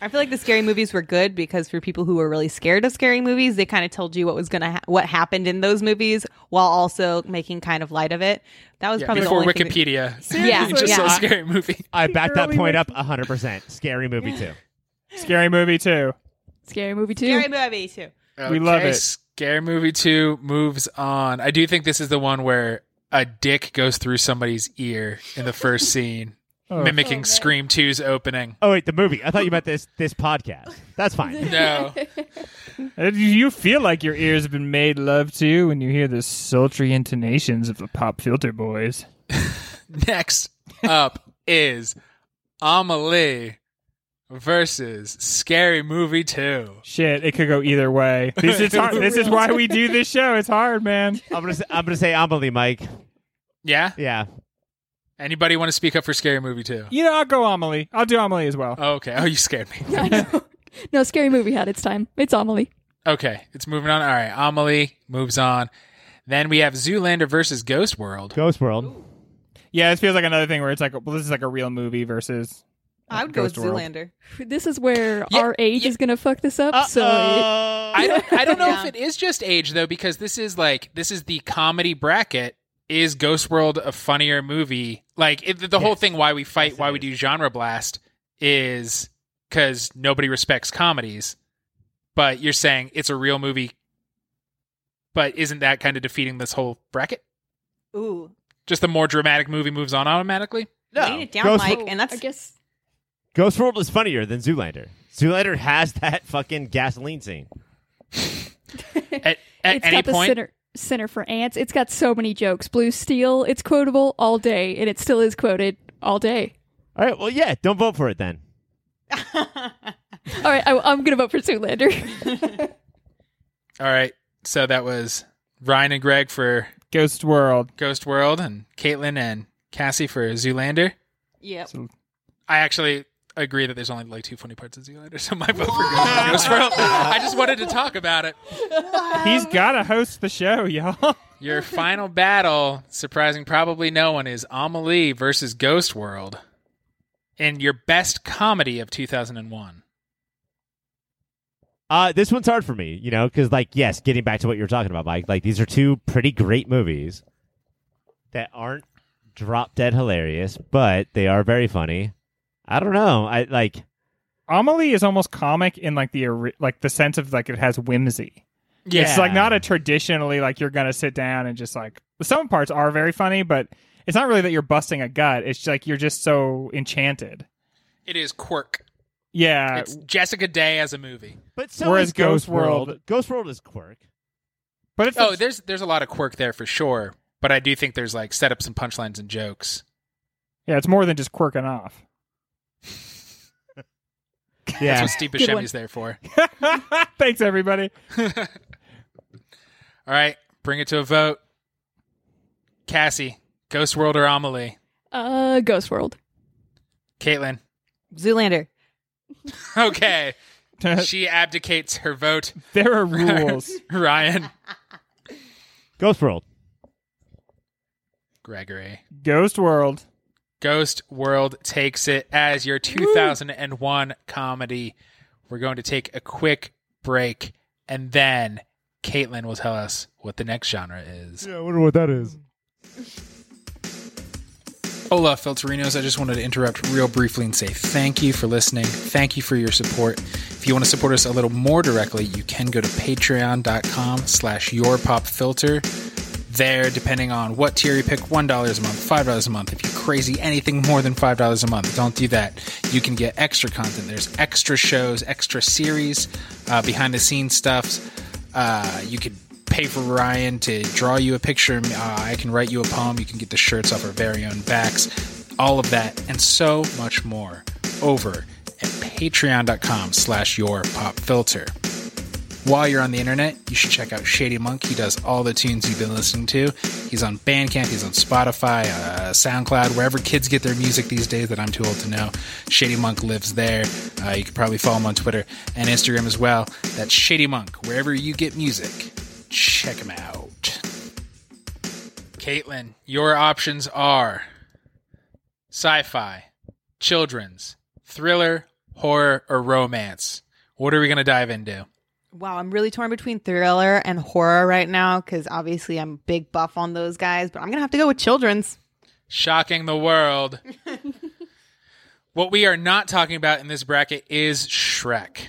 Speaker 5: I feel like the scary movies were good because for people who were really scared of scary movies, they kind of told you what was gonna ha- what happened in those movies while also making kind of light of it. That was
Speaker 1: Yeah,
Speaker 5: probably
Speaker 1: before
Speaker 5: the only thing that-
Speaker 1: Wikipedia. *laughs*
Speaker 5: *laughs* Yeah,
Speaker 1: You just
Speaker 5: yeah.
Speaker 1: saw a scary movie.
Speaker 2: I back that
Speaker 3: Early
Speaker 2: point up hundred percent. Scary Movie 2.
Speaker 3: Scary movie too.
Speaker 4: scary movie too. *laughs*
Speaker 5: Scary movie too.
Speaker 3: *laughs* We love
Speaker 1: Okay,
Speaker 3: it.
Speaker 1: Scary movie two moves on. I do think this is the one where a dick goes through somebody's ear in the first scene,
Speaker 3: *laughs* Oh.
Speaker 1: mimicking
Speaker 5: Oh, man.
Speaker 1: Scream 2's opening.
Speaker 2: *laughs* Oh wait, the movie. I thought you meant this this podcast. That's fine.
Speaker 1: No.
Speaker 5: *laughs*
Speaker 3: Uh, Do you feel like your ears have been made love to when you hear the sultry intonations of the Pop Filter Boys?
Speaker 1: Next up is Amelie versus Scary Movie 2.
Speaker 3: Shit, it could go either way. This is hard. this is why we do this show. It's hard, man.
Speaker 2: I'm gonna say, I'm gonna say Amelie, Mike.
Speaker 1: Yeah?
Speaker 2: Yeah.
Speaker 1: Anybody want to speak up for Scary Movie 2?
Speaker 3: You know, I'll go Amelie. I'll do Amelie as well.
Speaker 1: Oh, okay. Oh, you scared me.
Speaker 4: I know. No, scary movie had its time. It's Amelie.
Speaker 1: Okay. It's moving on. All right. Amelie moves on. Then we have Zoolander versus Ghost World.
Speaker 2: Ghost World.
Speaker 3: Yeah, this feels like another thing where it's like, well, this is like a real movie versus.
Speaker 5: I would go with
Speaker 3: Ghost World.
Speaker 5: Zoolander.
Speaker 4: This is where
Speaker 1: Yeah,
Speaker 4: our age
Speaker 1: yeah.
Speaker 4: is gonna fuck this up. So it-
Speaker 2: Uh-oh.
Speaker 1: I don't, I don't know
Speaker 5: Yeah.
Speaker 1: if it is just age, though, because this is like, this is the comedy bracket. Is Ghost World a funnier movie? Like, it, the the whole
Speaker 2: Yes.
Speaker 1: thing why we fight,
Speaker 2: Yes, it
Speaker 1: why we
Speaker 2: is.
Speaker 1: do Genre Blast is because nobody respects comedies. But you're saying it's a real movie, but isn't that kind of defeating this whole bracket?
Speaker 5: Ooh,
Speaker 1: Just the more dramatic movie moves on automatically?
Speaker 2: No.
Speaker 5: Lean it down,
Speaker 2: Ghost
Speaker 5: Mike,
Speaker 4: Oh,
Speaker 5: and that's
Speaker 4: I guess
Speaker 2: Ghost World is funnier than Zoolander. Zoolander has *laughs* that fucking gasoline scene.
Speaker 1: At, at
Speaker 4: it's
Speaker 1: any
Speaker 4: got the
Speaker 1: point,
Speaker 4: center center for ants. It's got so many jokes. Blue Steel. It's quotable all day, and it still is quoted all day.
Speaker 2: All right. Well, yeah. Don't vote for it then.
Speaker 5: *laughs*
Speaker 4: All right, I, I'm gonna vote for Zoolander.
Speaker 1: All right. So that was Ryan and Greg for
Speaker 3: Ghost World.
Speaker 1: Ghost World, and Caitlin and Cassie for Zoolander.
Speaker 5: Yep.
Speaker 3: So-
Speaker 1: I actually agree that there's only like two funny parts of Zoolander, *laughs* so my vote for Ghost World. I just wanted to talk about it.
Speaker 3: He's got to host the show, y'all.
Speaker 1: Your final battle, surprising probably no one, is Amelie versus Ghost World in your best comedy of 2001.
Speaker 2: Uh, this one's hard for me, you know, because like, yes, getting back to what you were talking about, Mike. Like, these are two pretty great movies that aren't drop dead hilarious, but they are very funny. I don't know. I like.
Speaker 3: Amelie is almost comic in like the ori- like the sense of like it has whimsy.
Speaker 1: Yeah.
Speaker 3: It's like not a traditionally like you're gonna sit down and just like some parts are very funny, but it's not really that you're busting a gut. It's like you're just so enchanted.
Speaker 1: It is quirk.
Speaker 3: Yeah,
Speaker 1: It's Jessica Day as a movie.
Speaker 2: But so
Speaker 3: Whereas
Speaker 2: is Ghost,
Speaker 3: Ghost World-
Speaker 2: World. Ghost World is quirk.
Speaker 3: but it's
Speaker 1: Oh, there's there's a lot of quirk there for sure, but I do think there's like setups and punchlines and jokes.
Speaker 3: yeah, it's more than just quirking off. *laughs*
Speaker 1: That's
Speaker 2: Yeah.
Speaker 1: what Steve
Speaker 4: Good one.
Speaker 1: Buscemi's there for.
Speaker 3: Thanks everybody. *laughs*
Speaker 1: All right, bring it to a vote. Cassie, Ghost World or Amelie?
Speaker 4: *laughs* Uh, Ghost World.
Speaker 1: Caitlin.
Speaker 5: Zoolander.
Speaker 1: Okay. she abdicates her vote.
Speaker 3: there
Speaker 1: *laughs*
Speaker 3: are rules.
Speaker 1: Ryan.
Speaker 2: *laughs* Ghost World.
Speaker 1: Gregory.
Speaker 3: Ghost World.
Speaker 1: Ghost World takes it as your 2001 comedy. We're going to take a quick break, and then Caitlin will tell us what the next genre is.
Speaker 2: I wonder what that is.
Speaker 1: Hola, Filterinos. I just wanted to interrupt real briefly and say thank you for listening. Thank you for your support. If you want to support us a little more directly, you can go to patreon.com slash yourpopfilter. There, depending on what tier you pick, $1 a month, $5 a month. If you're crazy, anything more than $5 a month, don't do that. You can get extra content. There's extra shows, extra series, uh, behind the scenes stuff. Uh, you could pay for Ryan to draw you a picture. Uh, I can write you a poem. You can get the shirts off our very own backs. All of that and so much more over at patreon.com slash your pop filter. While you're on the internet, you should check out Shady Monk. He does all the tunes you've been listening to. He's on Bandcamp, he's on Spotify, uh, SoundCloud, wherever kids get their music these days that I'm too old to know. Shady Monk lives there. Uh, you can probably follow him on Twitter and Instagram as well. That's Shady Monk, wherever you get music. Check him out. Caitlin, your options are sci fi, children's, thriller, horror, or romance. What are we going to dive into?
Speaker 5: Wow, I'm really torn between thriller and horror right now because obviously I'm big buff on those guys, but I'm gonna have to go with children's.
Speaker 1: shocking the
Speaker 2: *laughs*
Speaker 1: world. what we are not talking about in this bracket is Shrek.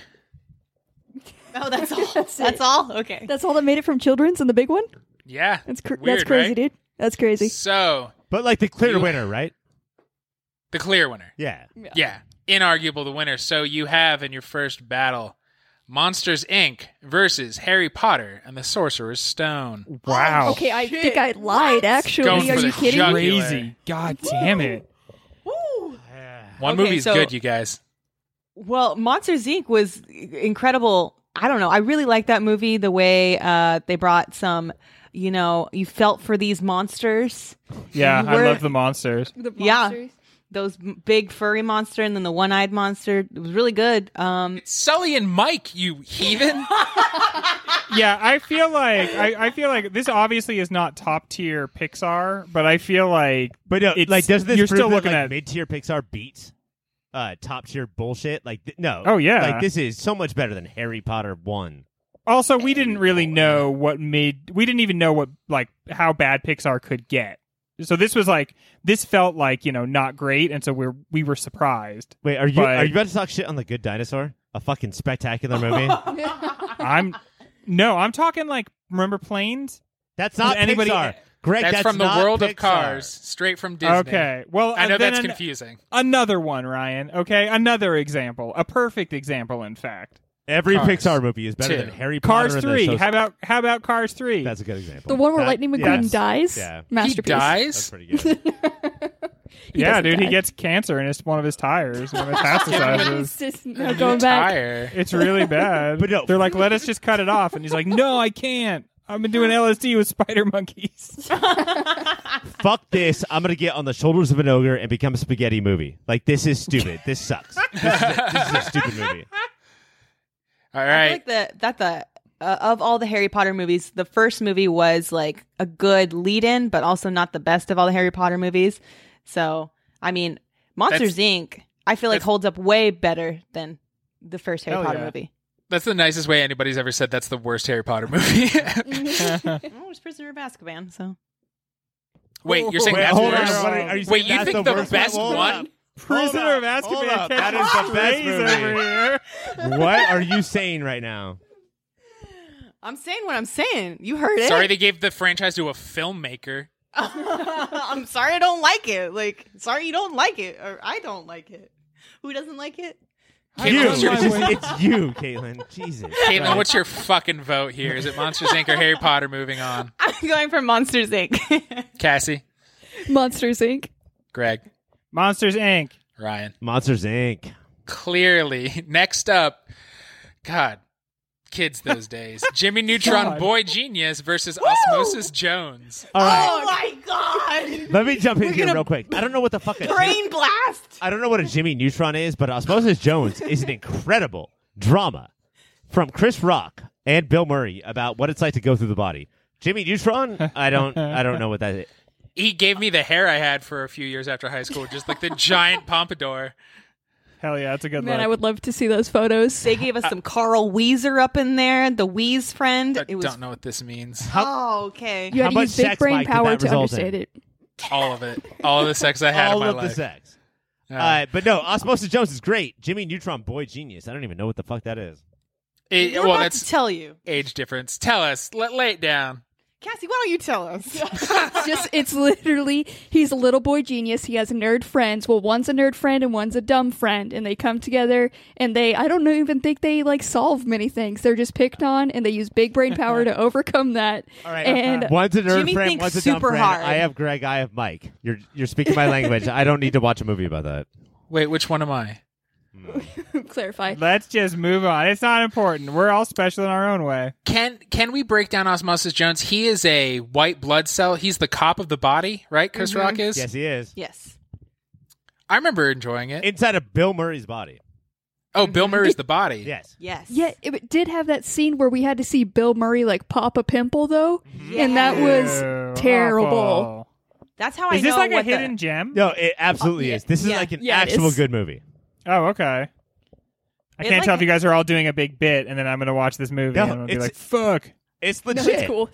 Speaker 5: Oh, *laughs* that's all. that's, all. Okay.
Speaker 4: That's all that made it from children's and the big one.
Speaker 1: Yeah,
Speaker 4: That's cr-
Speaker 1: Weird,
Speaker 4: that's crazy,
Speaker 1: right?
Speaker 4: dude. That's crazy.
Speaker 1: So
Speaker 2: But like the clear
Speaker 1: You-
Speaker 2: winner, right?
Speaker 1: the clear winner,
Speaker 2: Yeah.
Speaker 1: yeah, inarguable the winner. So you have in your first battle, Monsters Inc. versus Harry Potter and the Sorcerer's Stone.
Speaker 3: Wow.
Speaker 4: Okay, I think I lied. Actually,
Speaker 1: Going for
Speaker 4: are
Speaker 1: the
Speaker 4: you kidding?
Speaker 1: jug-
Speaker 4: me?
Speaker 3: Crazy. God damn it.
Speaker 1: One
Speaker 5: Okay,
Speaker 1: movie's
Speaker 5: so-
Speaker 1: good, you guys.
Speaker 5: Well, Monsters Inc. was incredible. I don't know. I really liked that movie. The way uh, they brought some, you know, you felt for these monsters.
Speaker 3: Yeah, I
Speaker 5: We're-
Speaker 3: love the monsters.
Speaker 5: Yeah. Those m- big furry monster and then the one eyed monster. It was really good. Um,
Speaker 1: Sully and Mike, you
Speaker 2: *laughs*
Speaker 1: heathen.
Speaker 3: yeah, I feel like I, I feel like this obviously is not top tier Pixar, but I feel like
Speaker 2: But no,
Speaker 3: It's-
Speaker 2: like doesn't this
Speaker 3: you're
Speaker 2: prove
Speaker 3: still
Speaker 2: that,
Speaker 3: looking
Speaker 2: like,
Speaker 3: at-
Speaker 2: mid-tier Pixar beats uh, top-tier bullshit? Like th- no.
Speaker 3: Oh, yeah.
Speaker 2: Like this is so much better than Harry Potter 1.
Speaker 3: also we
Speaker 1: Oh,
Speaker 3: didn't really know what made we didn't even know what like how bad Pixar could get. So this was like this felt like, you know, not great and so we're we were surprised.
Speaker 2: Wait, are you
Speaker 3: But-
Speaker 2: are you about to talk shit on the Good Dinosaur? A fucking spectacular
Speaker 3: *laughs*
Speaker 2: movie.
Speaker 3: I'm
Speaker 1: *laughs*
Speaker 3: No, I'm talking like remember planes?
Speaker 2: That's not
Speaker 3: Does anybody-
Speaker 2: Pixar. Greg,
Speaker 1: that's,
Speaker 2: that's,
Speaker 1: from the
Speaker 2: not
Speaker 1: world
Speaker 2: Pixar.
Speaker 1: of Cars, straight from Disney.
Speaker 3: Okay. Well,
Speaker 1: I know
Speaker 3: and then
Speaker 1: that's
Speaker 3: an-
Speaker 1: confusing.
Speaker 3: another one, Ryan. Okay? Another example. A perfect example in fact.
Speaker 2: Every
Speaker 1: Cars.
Speaker 2: Pixar movie is better
Speaker 1: Two.
Speaker 2: than Harry
Speaker 3: Cars
Speaker 2: Potter. and the
Speaker 3: 3.
Speaker 2: Social-
Speaker 3: How about how about Cars 3?
Speaker 2: that's a good example.
Speaker 4: The one where
Speaker 2: That-
Speaker 4: Lightning
Speaker 2: yeah,
Speaker 4: McQueen
Speaker 2: that's-
Speaker 4: dies.
Speaker 2: Yeah.
Speaker 1: He
Speaker 4: Masterpiece.
Speaker 1: dies.
Speaker 2: That's pretty good. *laughs*
Speaker 4: He
Speaker 3: yeah,
Speaker 4: doesn't
Speaker 3: dude, he
Speaker 4: die.
Speaker 3: gets cancer and it's one of his tires,
Speaker 4: *laughs*
Speaker 3: one of his
Speaker 4: It's
Speaker 3: plasticizes.
Speaker 4: just no
Speaker 1: New
Speaker 4: going back.
Speaker 1: tire.
Speaker 3: It's really bad.
Speaker 2: But no.
Speaker 3: They're like, let us just cut it off. And he's like, no, I can't. I've been doing LSD with spider
Speaker 4: *laughs*
Speaker 3: monkeys.
Speaker 2: Fuck this. I'm going to get on the shoulders of an ogre and become a spaghetti movie. Like, this is stupid. this sucks. This is, a, this is a stupid movie.
Speaker 1: All
Speaker 5: I
Speaker 1: right.
Speaker 5: feel like the that the uh, of all the Harry Potter movies, the first movie was like a good lead-in, but also not the best of all the Harry Potter movies. So, I mean, Monsters Inc. I feel like
Speaker 1: that's-
Speaker 5: holds up way better than the first Harry
Speaker 3: Hell
Speaker 5: Potter
Speaker 3: yeah.
Speaker 5: *laughs* movie.
Speaker 1: That's the nicest way anybody's ever said that's the worst Harry Potter movie. *laughs*
Speaker 5: Well, it was Prisoner of Azkaban, so
Speaker 1: Wait, you're saying
Speaker 2: Wait,
Speaker 1: that's
Speaker 2: hold
Speaker 1: worse?
Speaker 2: on. What are, are you saying
Speaker 1: Wait, you
Speaker 2: that's
Speaker 1: think
Speaker 2: the,
Speaker 1: the
Speaker 2: worst
Speaker 1: best
Speaker 2: Hold
Speaker 1: one?
Speaker 2: up.
Speaker 3: Prisoner
Speaker 2: Hold
Speaker 3: of
Speaker 2: up, hold
Speaker 3: Azkaban
Speaker 2: up. That
Speaker 3: catches
Speaker 2: is the best
Speaker 3: strays
Speaker 2: movie.
Speaker 3: over here.
Speaker 2: what are you saying right now?
Speaker 5: I'm saying what I'm saying. You heard it.
Speaker 1: Sorry, they gave the franchise to a filmmaker.
Speaker 5: *laughs* I'm sorry I don't like it. Like, sorry you don't like it, or I don't like it. Who doesn't like it?
Speaker 1: *laughs* Caitlin,
Speaker 2: you. It's,
Speaker 1: what's your,
Speaker 3: Why
Speaker 2: just-
Speaker 4: *laughs*
Speaker 3: would-
Speaker 2: it's you, Caitlin. Jesus.
Speaker 1: Caitlin,
Speaker 2: Christ.
Speaker 1: what's your fucking vote here? Is it Monsters Inc. or Harry Potter? Moving on.
Speaker 5: I'm *laughs* going for Monsters Inc. *laughs*
Speaker 1: Cassie,
Speaker 4: Monsters Inc.
Speaker 1: Greg,
Speaker 3: Monsters Inc.
Speaker 1: Ryan.
Speaker 2: Monsters Inc.
Speaker 1: Clearly, next up, God, kids those days. Jimmy Neutron,
Speaker 3: God.
Speaker 1: boy genius versus Osmosis Jones.
Speaker 2: All right.
Speaker 5: Oh my god!
Speaker 2: Let me jump in
Speaker 5: We're
Speaker 2: here
Speaker 5: gonna
Speaker 2: real quick. I don't know what the fuck. A,
Speaker 5: Brain blast!
Speaker 2: I don't know what a Jimmy Neutron is, but Osmosis Jones is an incredible drama from Chris Rock and Bill Murray about what it's like to go through the body. Jimmy Neutron, I don't, I don't know what that is.
Speaker 1: He gave me the hair I had for a few years after high school, just like the giant pompadour.
Speaker 3: Hell yeah, that's a good
Speaker 4: Man,
Speaker 3: look.
Speaker 4: I would love to see those photos.
Speaker 5: They gave us some Carl Weezer up in there, the Wheeze friend.
Speaker 1: I
Speaker 5: it was
Speaker 1: don't know what this means.
Speaker 5: Oh, okay.
Speaker 4: You
Speaker 2: How
Speaker 4: had to
Speaker 2: much
Speaker 4: use big
Speaker 2: sex,
Speaker 4: brain
Speaker 2: Mike, did
Speaker 4: power
Speaker 2: that
Speaker 4: to
Speaker 2: result in?
Speaker 4: understand it.
Speaker 1: All of it, all of the sex I had
Speaker 2: All
Speaker 1: in my
Speaker 2: of
Speaker 1: life.
Speaker 2: the sex.
Speaker 1: Yeah.
Speaker 2: Uh, but no, Osmosis Jones is great. Jimmy Neutron, boy genius. I don't even know what the fuck that is.
Speaker 1: It-
Speaker 5: We're
Speaker 1: well,
Speaker 5: about to
Speaker 1: that's
Speaker 5: tell you.
Speaker 1: age difference. Tell us. Let lay it down.
Speaker 5: Cassie, why don't you tell us?
Speaker 4: It's just it's literally he's a little boy genius. He has nerd friends. Well, one's a nerd friend and one's a dumb friend, and they come together and they I don't know even think they like solve many things. They're just picked on and they use big brain
Speaker 2: *laughs*
Speaker 4: power to overcome that. *laughs*
Speaker 2: All right.
Speaker 3: Uh,
Speaker 4: And
Speaker 2: One's a nerd
Speaker 5: Jimmy
Speaker 2: friend,
Speaker 5: thinks
Speaker 2: one's a dumb
Speaker 5: super
Speaker 2: friend.
Speaker 5: hard.
Speaker 2: I have Greg, I have Mike. You're you're speaking my language. I don't need to watch a movie about that.
Speaker 1: Wait, which one am I?
Speaker 2: Hmm.
Speaker 4: clarify.
Speaker 3: *laughs* Let's just move on. It's not important. We're all special in our own way.
Speaker 1: Can can we break down Osmosis Jones? He is a white blood cell. He's the cop of the body, right? Chris Rock is.
Speaker 2: Yes, he is.
Speaker 5: *laughs* yes.
Speaker 1: I remember enjoying it.
Speaker 2: Inside of Bill Murray's body.
Speaker 1: oh, Bill Murray's the body.
Speaker 2: Yes.
Speaker 5: Yes.
Speaker 4: Yeah, it did have that scene where we had to see Bill Murray like pop a pimple though, and that
Speaker 3: Ew,
Speaker 4: was terrible.
Speaker 3: awful.
Speaker 5: That's how I
Speaker 3: Is this
Speaker 5: know
Speaker 3: like a
Speaker 5: what the-
Speaker 3: hidden gem?
Speaker 2: No, it absolutely
Speaker 5: Oh, yeah.
Speaker 2: is. This is
Speaker 5: Yeah.
Speaker 2: like an
Speaker 4: Yeah, it
Speaker 2: actual
Speaker 4: is.
Speaker 2: good movie.
Speaker 3: Oh, okay. I
Speaker 5: It
Speaker 3: can't
Speaker 5: like-
Speaker 3: tell if you guys are all doing a big bit, and then I'm going to watch this movie,
Speaker 2: No,
Speaker 3: and I'm going to be like,
Speaker 2: it's-
Speaker 3: "Fuck!"
Speaker 2: It's
Speaker 4: No,
Speaker 2: legit.
Speaker 4: it's cool.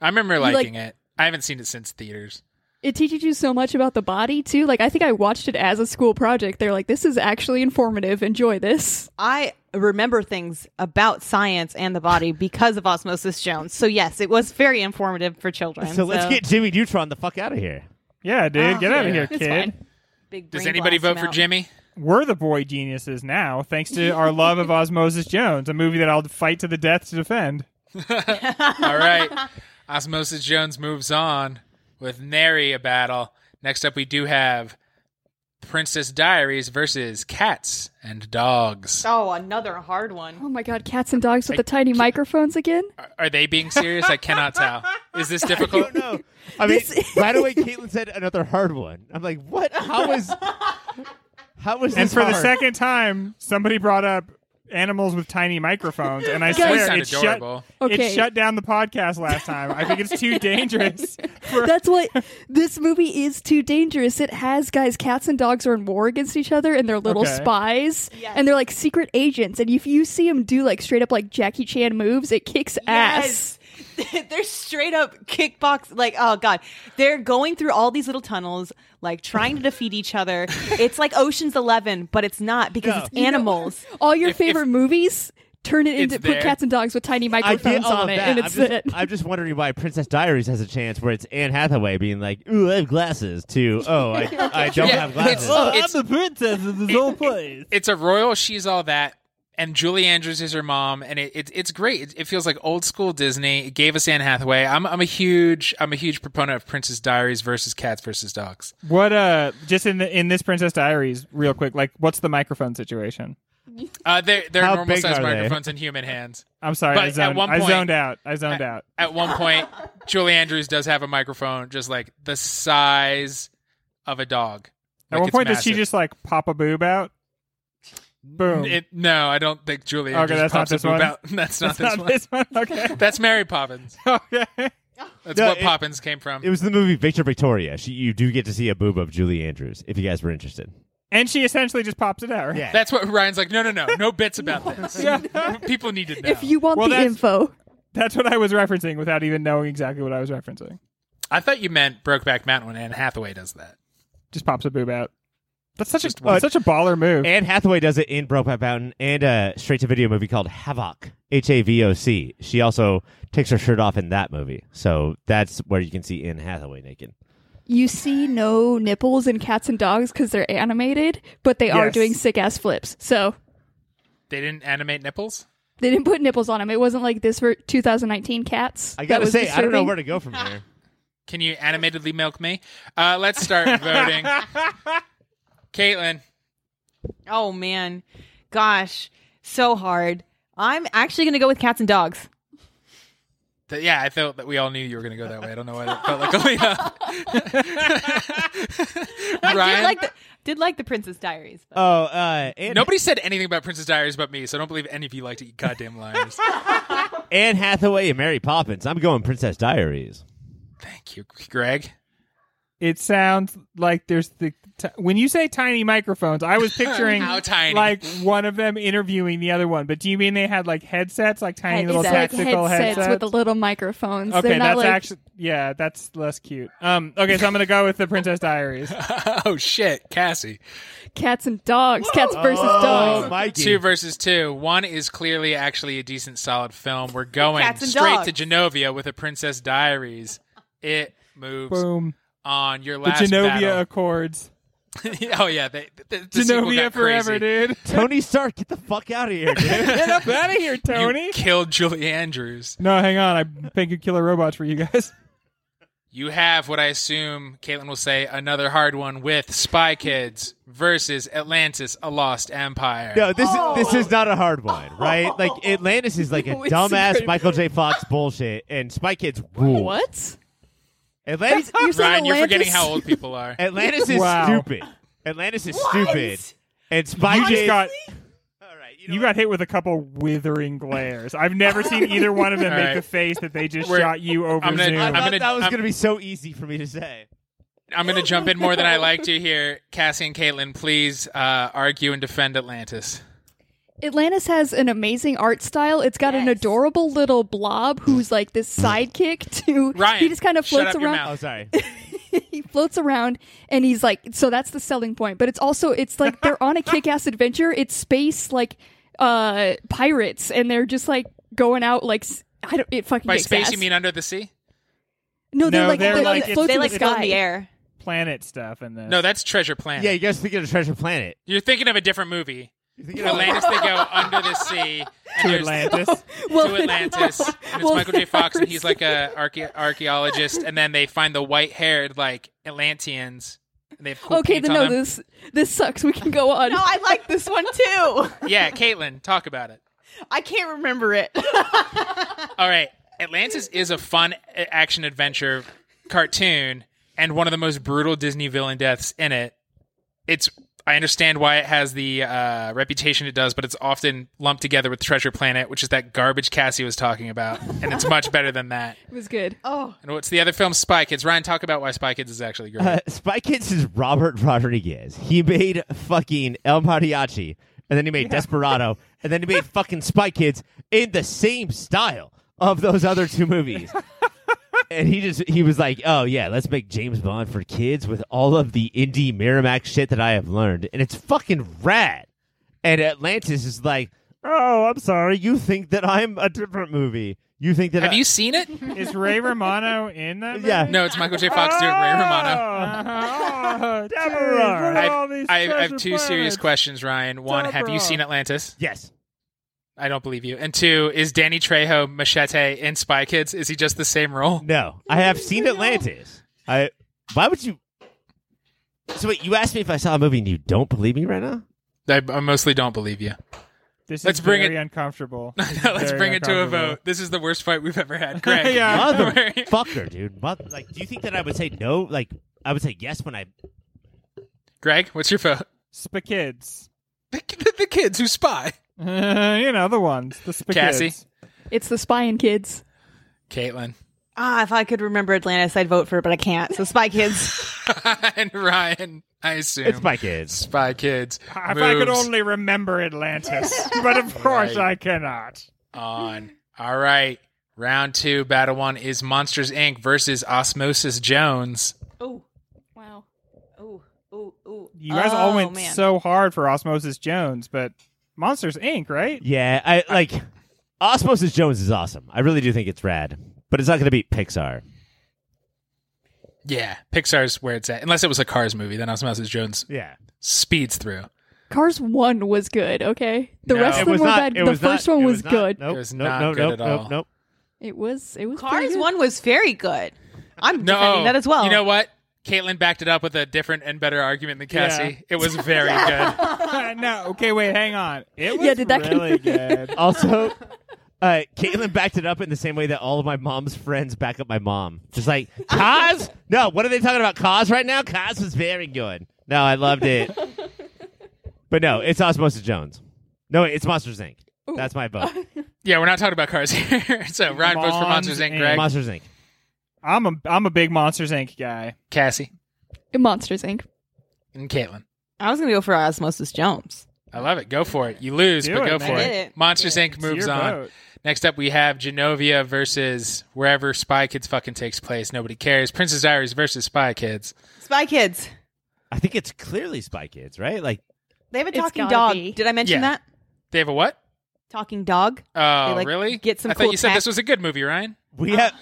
Speaker 1: I remember
Speaker 4: like-
Speaker 1: liking it. I haven't seen it since theaters.
Speaker 4: It teaches you so much about the body too. Like I think I watched it as a school project. They're like, this is actually informative. Enjoy this.
Speaker 5: I remember things about science and the body because of Osmosis Jones. So yes, it was very informative for children.
Speaker 2: So let's get Jimmy Neutron the fuck out of here.
Speaker 3: Yeah, dude,
Speaker 5: Oh,
Speaker 3: get out of
Speaker 1: yeah.
Speaker 3: here,
Speaker 4: Ah. It's
Speaker 3: kid.
Speaker 4: fine.
Speaker 5: Big
Speaker 1: Does
Speaker 5: brain
Speaker 1: anybody vote
Speaker 5: blast
Speaker 1: for
Speaker 5: amount.
Speaker 1: Jimmy?
Speaker 3: We're the boy geniuses now, thanks to our
Speaker 2: *laughs*
Speaker 3: love of Osmosis Jones, a movie that I'll fight to the death to defend.
Speaker 1: All right. *laughs* Osmosis Jones moves on with nary a battle. Next up, we do have Princess Diaries versus Cats and Dogs.
Speaker 5: Oh, another hard one.
Speaker 4: Oh my god, cats and dogs with the tiny microphones again.
Speaker 1: Are- Are they being serious? I cannot tell. Is
Speaker 2: *laughs*
Speaker 1: this difficult?
Speaker 2: Oh, No. I mean, right away, Caitlin said another hard one. I'm like, what? How is. How is
Speaker 3: And
Speaker 2: this
Speaker 3: for the
Speaker 2: hard?
Speaker 3: second time, somebody brought up animals with tiny microphones, and I
Speaker 4: Guys-
Speaker 3: swear
Speaker 1: Sound
Speaker 3: it shut,
Speaker 1: adorable.
Speaker 4: Okay.
Speaker 3: it shut down the podcast last time. I think
Speaker 2: *laughs*
Speaker 3: it's too dangerous. For,
Speaker 4: That's what *laughs* this movie is too dangerous. It has guys, cats and dogs are in war against each other, and they're little
Speaker 3: Okay.
Speaker 4: spies,
Speaker 5: Yes.
Speaker 4: and they're like secret agents. And if you see them do like straight up like Jackie Chan moves, it kicks ass.
Speaker 5: Yes. *laughs* they're straight up kickbox like oh god. They're going through all these little tunnels like trying to defeat each *laughs* other. It's like Ocean's 11, but it's not because
Speaker 2: No.
Speaker 5: it's animals.
Speaker 4: All your
Speaker 1: If-
Speaker 4: favorite movies, turn it
Speaker 1: It's
Speaker 4: into
Speaker 1: there.
Speaker 4: put cats and dogs with tiny
Speaker 2: I get
Speaker 4: microphones
Speaker 2: all
Speaker 4: on
Speaker 2: of
Speaker 4: it,
Speaker 2: that.
Speaker 4: and
Speaker 2: I'm
Speaker 4: it's
Speaker 2: just,
Speaker 4: it.
Speaker 2: I'm just wondering why Princess Diaries has a chance where it's Anne Hathaway being like, "Ooh, I have glasses." To oh, I, I don't
Speaker 1: Yeah,
Speaker 2: have glasses.
Speaker 1: it's- Oh, I'm it's-
Speaker 3: the princess of this whole place.
Speaker 1: It's a royal. She's all that. And Julie Andrews is her mom, and it, it it's great. It, it feels like old school Disney. It gave us Anne Hathaway. I'm I'm a huge I'm a huge proponent of Princess Diaries versus Cats versus Dogs.
Speaker 3: What uh just in the in this Princess Diaries real quick like what's the microphone situation?
Speaker 1: Uh, they're they're
Speaker 2: How
Speaker 1: normal
Speaker 2: big
Speaker 1: sized
Speaker 2: are they?
Speaker 1: microphones in human hands.
Speaker 3: I'm sorry.
Speaker 1: But
Speaker 3: I
Speaker 1: at
Speaker 3: zoned,
Speaker 1: one
Speaker 3: I
Speaker 1: point- uh,
Speaker 3: zoned out. I zoned out.
Speaker 1: At one point, Julie Andrews does have a microphone just like the size of a dog.
Speaker 3: At
Speaker 1: Like,
Speaker 3: one
Speaker 1: it's
Speaker 3: point, did she
Speaker 1: massive.
Speaker 3: just like pop a boob out? Boom.
Speaker 1: It, no, I don't think Julie
Speaker 3: Okay,
Speaker 1: Andrews
Speaker 3: that's not
Speaker 1: pops a
Speaker 3: this
Speaker 1: boob
Speaker 3: one.
Speaker 1: out. *laughs* That's not
Speaker 3: It's
Speaker 1: this
Speaker 3: not
Speaker 1: one.
Speaker 3: this one.
Speaker 1: *laughs*
Speaker 3: Okay. *laughs*
Speaker 1: That's Mary Poppins.
Speaker 3: okay.
Speaker 1: That's
Speaker 2: No,
Speaker 1: what
Speaker 2: it-
Speaker 1: Poppins came from.
Speaker 2: It was the movie Victor Victoria. She, you do get to see a boob of Julie Andrews if you guys were interested.
Speaker 3: And she essentially just pops it out. Right?
Speaker 2: Yeah.
Speaker 1: That's what Ryan's like. No, no, no, no bits about this. *laughs* People need to know.
Speaker 4: If you want
Speaker 3: Well,
Speaker 4: the
Speaker 3: that's-
Speaker 4: info,
Speaker 3: *laughs* That's what I was referencing without even knowing exactly what I was referencing.
Speaker 1: I thought you meant Brokeback Mountain when Anne Hathaway does that.
Speaker 3: Just pops a boob out. That's such
Speaker 1: Just
Speaker 3: a that's such a baller move.
Speaker 2: Anne Hathaway does it in Brokeback Mountain and a straight to video movie called Havoc, H A V O C. She also takes her shirt off in that movie. So that's where you can see Anne Hathaway naked.
Speaker 4: you see no nipples in cats and dogs because they're animated, but they are
Speaker 3: Yes.
Speaker 4: doing sick ass flips. So
Speaker 1: They didn't animate nipples.
Speaker 4: they didn't put nipples on them. It wasn't like this for 2019 cats.
Speaker 2: I
Speaker 4: that
Speaker 2: gotta
Speaker 4: was
Speaker 2: say, I don't know
Speaker 4: disturbing.
Speaker 2: where to go from here.
Speaker 1: Can you animatedly milk me? Uh, let's start voting. Caitlin,
Speaker 5: Oh man, gosh, so hard. I'm actually gonna go with cats and dogs.
Speaker 1: th- yeah, I thought that we all knew you were going to go that way. I don't know why that felt like a lead *laughs* up.
Speaker 5: I
Speaker 1: Ryan,
Speaker 5: did like the did like the Princess Diaries.
Speaker 2: *laughs*
Speaker 5: But.
Speaker 2: Oh, uh, Anne,
Speaker 1: *laughs* nobody said anything about Princess Diaries but me, so I don't believe any of you like to eat goddamn
Speaker 3: *laughs*
Speaker 1: liars.
Speaker 2: Anne Hathaway and Mary Poppins. I'm going Princess Diaries.
Speaker 1: Thank you, Greg. *laughs*
Speaker 3: it sounds like there's the t- when you say tiny microphones,
Speaker 1: *laughs*
Speaker 3: I was picturing
Speaker 1: How tiny?
Speaker 3: like one of them interviewing the other one. But do you mean they had like headsets, like tiny little
Speaker 4: Headsets.
Speaker 3: tactical
Speaker 4: like headsets,
Speaker 3: headsets?
Speaker 4: with the little microphones.
Speaker 3: okay,
Speaker 4: they're not
Speaker 3: that's
Speaker 4: like
Speaker 3: actually yeah, that's less cute. Um, okay, so I'm gonna go with the
Speaker 1: *laughs*
Speaker 3: Princess Diaries.
Speaker 1: oh shit, Cassie.
Speaker 4: cats and dogs. Cats versus dogs.
Speaker 2: Oh, Mikey.
Speaker 1: Two versus two. One is clearly actually a decent, solid film. We're going
Speaker 5: Cats and
Speaker 1: straight to
Speaker 5: dogs.
Speaker 1: Genovia with a Princess Diaries. It moves
Speaker 3: Boom,
Speaker 1: on your
Speaker 3: the
Speaker 1: last
Speaker 3: Genovia
Speaker 1: battle.
Speaker 3: Accords,
Speaker 1: *laughs* oh yeah, they, the, the sequel
Speaker 3: Genovia
Speaker 1: got
Speaker 3: forever,
Speaker 1: crazy.
Speaker 3: dude.
Speaker 2: Tony Stark, get the fuck out of here, *laughs* dude.
Speaker 3: Get *laughs* up out of here, Tony.
Speaker 1: You killed Julie Andrews.
Speaker 3: No, hang on. I painted killer robots for you
Speaker 1: *laughs*
Speaker 3: guys.
Speaker 1: You have what I assume Caitlin will say another hard one with Spy Kids versus Atlantis: A Lost Empire.
Speaker 2: no, this is this is not a hard one, right? Like *laughs* Atlantis is *laughs* like a
Speaker 4: No, it's
Speaker 2: dumbass
Speaker 4: incredible.
Speaker 2: Michael J. Fox bullshit, and Spy Kids rule.
Speaker 4: What?
Speaker 2: *laughs* Atlantis,
Speaker 4: You're saying
Speaker 1: Ryan, you're
Speaker 4: Atlantis?
Speaker 1: forgetting how old people are.
Speaker 2: Atlantis is
Speaker 3: Wow.
Speaker 2: stupid. Atlantis is stupid. And Spy
Speaker 3: You
Speaker 2: Kids
Speaker 3: just got
Speaker 2: All right, you know
Speaker 3: You
Speaker 2: what?
Speaker 3: got hit with a couple withering glares. I've
Speaker 1: *laughs*
Speaker 3: never seen either one of them
Speaker 1: All
Speaker 3: make
Speaker 1: right.
Speaker 3: the face that they just
Speaker 1: We're-
Speaker 3: shot you over
Speaker 1: I'm gonna-
Speaker 3: Zoom.
Speaker 2: I
Speaker 1: I'm
Speaker 2: thought
Speaker 1: gonna-
Speaker 2: that was
Speaker 1: I'm-
Speaker 2: going to be so easy for me to say.
Speaker 1: I'm going to jump in more than I like to here. Cassie and Caitlin, please uh, argue and defend Atlantis.
Speaker 4: Atlantis has an amazing art style. It's got an
Speaker 5: Yes.
Speaker 4: adorable little blob who's like this sidekick to
Speaker 1: Ryan,
Speaker 4: he just kind of
Speaker 1: shut
Speaker 4: floats
Speaker 1: up your
Speaker 4: around.
Speaker 1: mouth.
Speaker 2: Oh, sorry.
Speaker 4: he floats around and he's like so that's the selling point but it's also it's like they're on a kick-ass adventure it's space like uh pirates and they're just like going out like s- i don't it fucking
Speaker 1: By
Speaker 4: kicks
Speaker 1: space,
Speaker 4: ass.
Speaker 1: you mean under the sea?
Speaker 4: no they're
Speaker 3: No,
Speaker 4: like
Speaker 3: they're
Speaker 4: they
Speaker 3: like-
Speaker 4: like floats
Speaker 5: they
Speaker 4: in
Speaker 5: like
Speaker 4: the
Speaker 5: go
Speaker 4: sky
Speaker 5: in the air.
Speaker 3: Planet stuff in this.
Speaker 1: No, that's Treasure Planet.
Speaker 2: Yeah, you guys thinking of Treasure Planet.
Speaker 1: You're thinking of a different movie.
Speaker 2: You're thinking of-
Speaker 1: Atlantis, they go under the
Speaker 4: *laughs*
Speaker 1: sea
Speaker 3: to
Speaker 1: There's-
Speaker 3: Atlantis.
Speaker 1: *laughs*
Speaker 4: well,
Speaker 1: to Atlantis. And it's
Speaker 4: *laughs* well,
Speaker 1: Michael J. Fox, and he's
Speaker 4: there's-
Speaker 1: like
Speaker 4: *laughs*
Speaker 1: a archae- archaeologist. And then they find the white haired like Atlanteans. And they have cool
Speaker 4: okay
Speaker 1: paint
Speaker 4: then
Speaker 1: on
Speaker 4: no
Speaker 1: them.
Speaker 4: this this sucks we can go on
Speaker 5: *laughs* No, I like this one too. *laughs*
Speaker 1: Yeah, Caitlin, talk about it.
Speaker 5: I can't remember it. *laughs*
Speaker 1: All right, Atlantis is a fun uh, action adventure cartoon and one of the most brutal Disney villain deaths in it. It's I understand why it has the uh, reputation it does, but it's often lumped together with Treasure Planet, which is that garbage Cassie was talking about, and it's much better than that.
Speaker 4: it was good
Speaker 5: oh,
Speaker 1: And what's the other film? Spy Kids. Ryan, talk about why Spy Kids is actually great.
Speaker 2: Uh, Spy Kids is Robert Rodriguez. He made fucking El Mariachi, and then he made Desperado, and then he made fucking Spy Kids in the same style of those other two movies. and he just he was like, "Oh yeah, let's make James Bond for kids with all of the indie Miramax shit that I have learned, and it's fucking rad." And Atlantis is like, "Oh, I'm sorry, you think that I'm a different movie? You think that
Speaker 1: Have
Speaker 2: I-
Speaker 1: you seen it?
Speaker 3: Is Ray Romano in that?
Speaker 2: Yeah.
Speaker 3: movie?
Speaker 1: No, it's Michael J. Fox doing Ray
Speaker 3: Ah,
Speaker 1: Romano.
Speaker 3: *laughs* Oh, oh, Deborah,
Speaker 2: Deborah.
Speaker 3: look at all
Speaker 1: I,
Speaker 3: these
Speaker 1: I have
Speaker 3: treasure
Speaker 1: two serious
Speaker 3: planets.
Speaker 1: questions, Ryan. One, have you
Speaker 3: Deborah.
Speaker 1: seen Atlantis?
Speaker 2: Yes,
Speaker 1: I don't believe you. And two, is Danny Trejo Machete in Spy Kids? Is he just the same role?
Speaker 2: No, I have seen Atlantis. I. Why would you?
Speaker 4: *laughs*
Speaker 2: So wait, you asked me if I saw a movie and you don't believe me right now?
Speaker 1: I, I mostly don't believe you.
Speaker 3: This
Speaker 1: Let's
Speaker 3: is
Speaker 1: bring
Speaker 3: very
Speaker 1: it- *laughs*
Speaker 3: uncomfortable.
Speaker 1: Let's
Speaker 3: Very
Speaker 1: bring it to a
Speaker 3: uncomfortable.
Speaker 1: vote. This is the worst fight we've ever had,
Speaker 3: *laughs*
Speaker 1: Craig.
Speaker 3: Yeah.
Speaker 1: Don't worry.
Speaker 2: Motherfucker, dude. Mother, like, do you think that I would say no? Like, I would say yes when I.
Speaker 1: *laughs* Greg, what's your vote?
Speaker 3: Spikids. *laughs*
Speaker 1: The, the, the kids who spy.
Speaker 3: you know the ones. The spikids.
Speaker 1: Cassie?
Speaker 4: It's the spying kids.
Speaker 1: Caitlin *laughs*
Speaker 5: Ah, if I could remember Atlantis, I'd vote for it, but I can't. So Spy *laughs* Kids.
Speaker 1: and Ryan. I assume
Speaker 2: It's my kids.
Speaker 1: spy kids.
Speaker 3: If I could
Speaker 1: moves
Speaker 3: only remember Atlantis, *laughs* but of course
Speaker 1: Right.
Speaker 3: I cannot.
Speaker 1: on. All right, round two, battle one is Monsters Inc. versus Osmosis Jones.
Speaker 5: oh,
Speaker 4: Wow.
Speaker 5: oh, oh, oh.
Speaker 3: You guys all went so hard for Osmosis Jones, but Monsters Inc. Right?
Speaker 2: Yeah, I like. Osmosis Jones is awesome. I really do think it's rad, but it's not going to beat Pixar.
Speaker 1: Yeah, Pixar's where it's at. Unless it was a Cars movie, then Osmosis Jones
Speaker 2: Yeah,
Speaker 1: speeds through.
Speaker 4: Cars one was good. Okay, the
Speaker 1: No,
Speaker 4: rest
Speaker 1: it
Speaker 4: of them were bad. The first one was, good.
Speaker 2: Nope,
Speaker 1: It was
Speaker 2: nope,
Speaker 1: not
Speaker 2: nope,
Speaker 1: good
Speaker 2: nope,
Speaker 1: at
Speaker 2: nope,
Speaker 1: all.
Speaker 2: Nope.
Speaker 4: It was. It was pretty
Speaker 5: Cars
Speaker 4: good.
Speaker 5: one was very good. I'm
Speaker 1: No,
Speaker 5: defending that as well.
Speaker 1: You know what? Caitlin backed it up with a different and better argument than Cassie.
Speaker 3: Yeah.
Speaker 1: It
Speaker 5: *laughs*
Speaker 1: was very good.
Speaker 3: *laughs* no. Okay, wait, hang on. It was
Speaker 4: Yeah, did that *laughs*
Speaker 3: really good.
Speaker 2: Also, uh, Caitlin backed it up in the same way that all of my mom's friends back up my mom. Just like Cause? no, what are they talking about? Cause right now? Cause was very good. No, I loved it. but no, it's Osmosis Jones. No, wait, it's Monsters Inc. That's my vote.
Speaker 1: yeah, we're not talking about Cars *laughs* here. so Ryan votes for
Speaker 3: Moms
Speaker 1: Monsters Inc.
Speaker 3: and
Speaker 1: Greg,
Speaker 2: Monsters Inc.
Speaker 3: I'm a I'm a big Monsters Inc. guy.
Speaker 1: Cassie,
Speaker 4: Monsters Inc.
Speaker 1: and Caitlin.
Speaker 5: I was gonna go for Osmosis Jones.
Speaker 1: I love it. Go for it. You lose,
Speaker 3: Do
Speaker 1: but
Speaker 3: it,
Speaker 1: go
Speaker 3: man.
Speaker 1: for
Speaker 5: I
Speaker 1: it.
Speaker 5: did it.
Speaker 1: Monsters
Speaker 5: Yeah.
Speaker 1: Inc. moves
Speaker 3: Your
Speaker 1: on.
Speaker 3: vote.
Speaker 1: Next up, we have Genovia versus wherever Spy Kids fucking takes place. Nobody cares. Princess Iris versus Spy Kids.
Speaker 5: Spy Kids.
Speaker 2: I think it's clearly Spy Kids, right? Like
Speaker 5: They have a
Speaker 4: It's
Speaker 5: talking
Speaker 4: gotta
Speaker 5: dog.
Speaker 4: be.
Speaker 5: Did I mention
Speaker 1: Yeah.
Speaker 5: that?
Speaker 1: They have a what?
Speaker 5: Talking dog.
Speaker 1: Oh,
Speaker 5: They, like,
Speaker 1: really?
Speaker 5: get some
Speaker 1: I thought
Speaker 5: cool
Speaker 1: you said
Speaker 5: tech-
Speaker 1: this was a good movie, Ryan.
Speaker 2: we have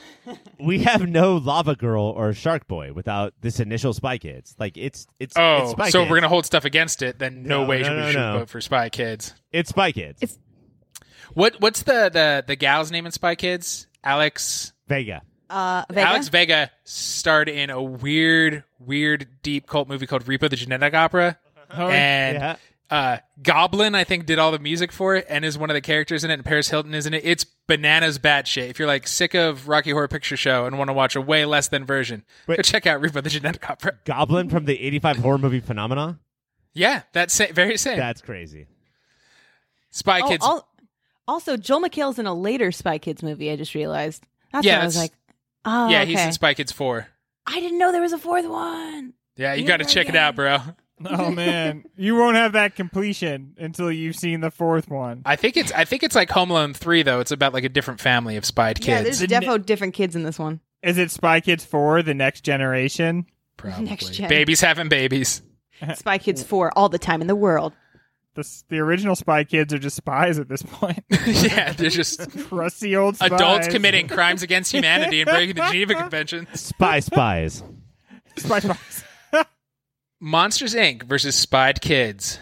Speaker 2: we have no Lava Girl or Shark Boy without this initial Spy Kids. Like it's it's it's
Speaker 1: Oh,
Speaker 2: Spy
Speaker 1: so
Speaker 2: Kids.
Speaker 1: if we're gonna hold stuff against it. Then no,
Speaker 2: No,
Speaker 1: way
Speaker 2: no,
Speaker 1: we
Speaker 2: no,
Speaker 1: should
Speaker 2: no.
Speaker 1: vote for Spy Kids.
Speaker 2: it's Spy Kids.
Speaker 4: It's-
Speaker 1: What What's the the the gal's name in Spy Kids? Alex
Speaker 2: Vega.
Speaker 5: Uh, Vega?
Speaker 1: Alex Vega starred in a weird, weird, deep cult movie called Repo the Genetic Opera.
Speaker 5: Oh,
Speaker 1: and
Speaker 2: yeah.
Speaker 1: uh, Goblin, I think, did all the music for it and is one of the characters in it. And Paris Hilton is in it. It's bananas batshit. If you're like sick of Rocky Horror Picture Show and want to watch a way less than version, go
Speaker 2: Wait.
Speaker 1: check out Repo the Genetic Opera.
Speaker 2: Goblin from the 85 horror movie Phenomena?
Speaker 1: Yeah, that's sa- very same.
Speaker 2: That's crazy.
Speaker 1: Spy
Speaker 5: Oh,
Speaker 1: Kids.
Speaker 5: al- also, Joel McHale's in a later Spy Kids movie. I just realized. That's
Speaker 1: Yeah,
Speaker 5: what I was
Speaker 1: that's-
Speaker 5: like. Oh,
Speaker 1: yeah,
Speaker 5: okay.
Speaker 1: he's in Spy Kids 4.
Speaker 5: I didn't know there was a fourth one.
Speaker 1: Yeah, you
Speaker 5: Yeah,
Speaker 1: got to check it
Speaker 5: yeah.
Speaker 1: out, bro.
Speaker 3: Oh man, you won't have that completion until you've seen the fourth one.
Speaker 1: I think it's I think it's like Home Alone 3 though. It's about like a different family of spy
Speaker 5: Yeah,
Speaker 1: kids.
Speaker 5: there's
Speaker 3: The
Speaker 5: defo different kids in
Speaker 1: *laughs*
Speaker 5: this one.
Speaker 3: Is it Spy Kids Four: The Next Generation?
Speaker 1: probably.
Speaker 5: Next gen.
Speaker 1: Babies having babies. *laughs*
Speaker 5: Spy Kids four all the time in the world.
Speaker 3: The s- the original Spy Kids are just spies at this *laughs* point.
Speaker 1: yeah, they're
Speaker 3: *laughs*
Speaker 1: just
Speaker 3: Crusty old spies.
Speaker 1: adults committing crimes against humanity and breaking the Geneva Convention.
Speaker 2: Spy Spies.
Speaker 3: spy spies.
Speaker 1: Monsters Inc. versus Spied Kids.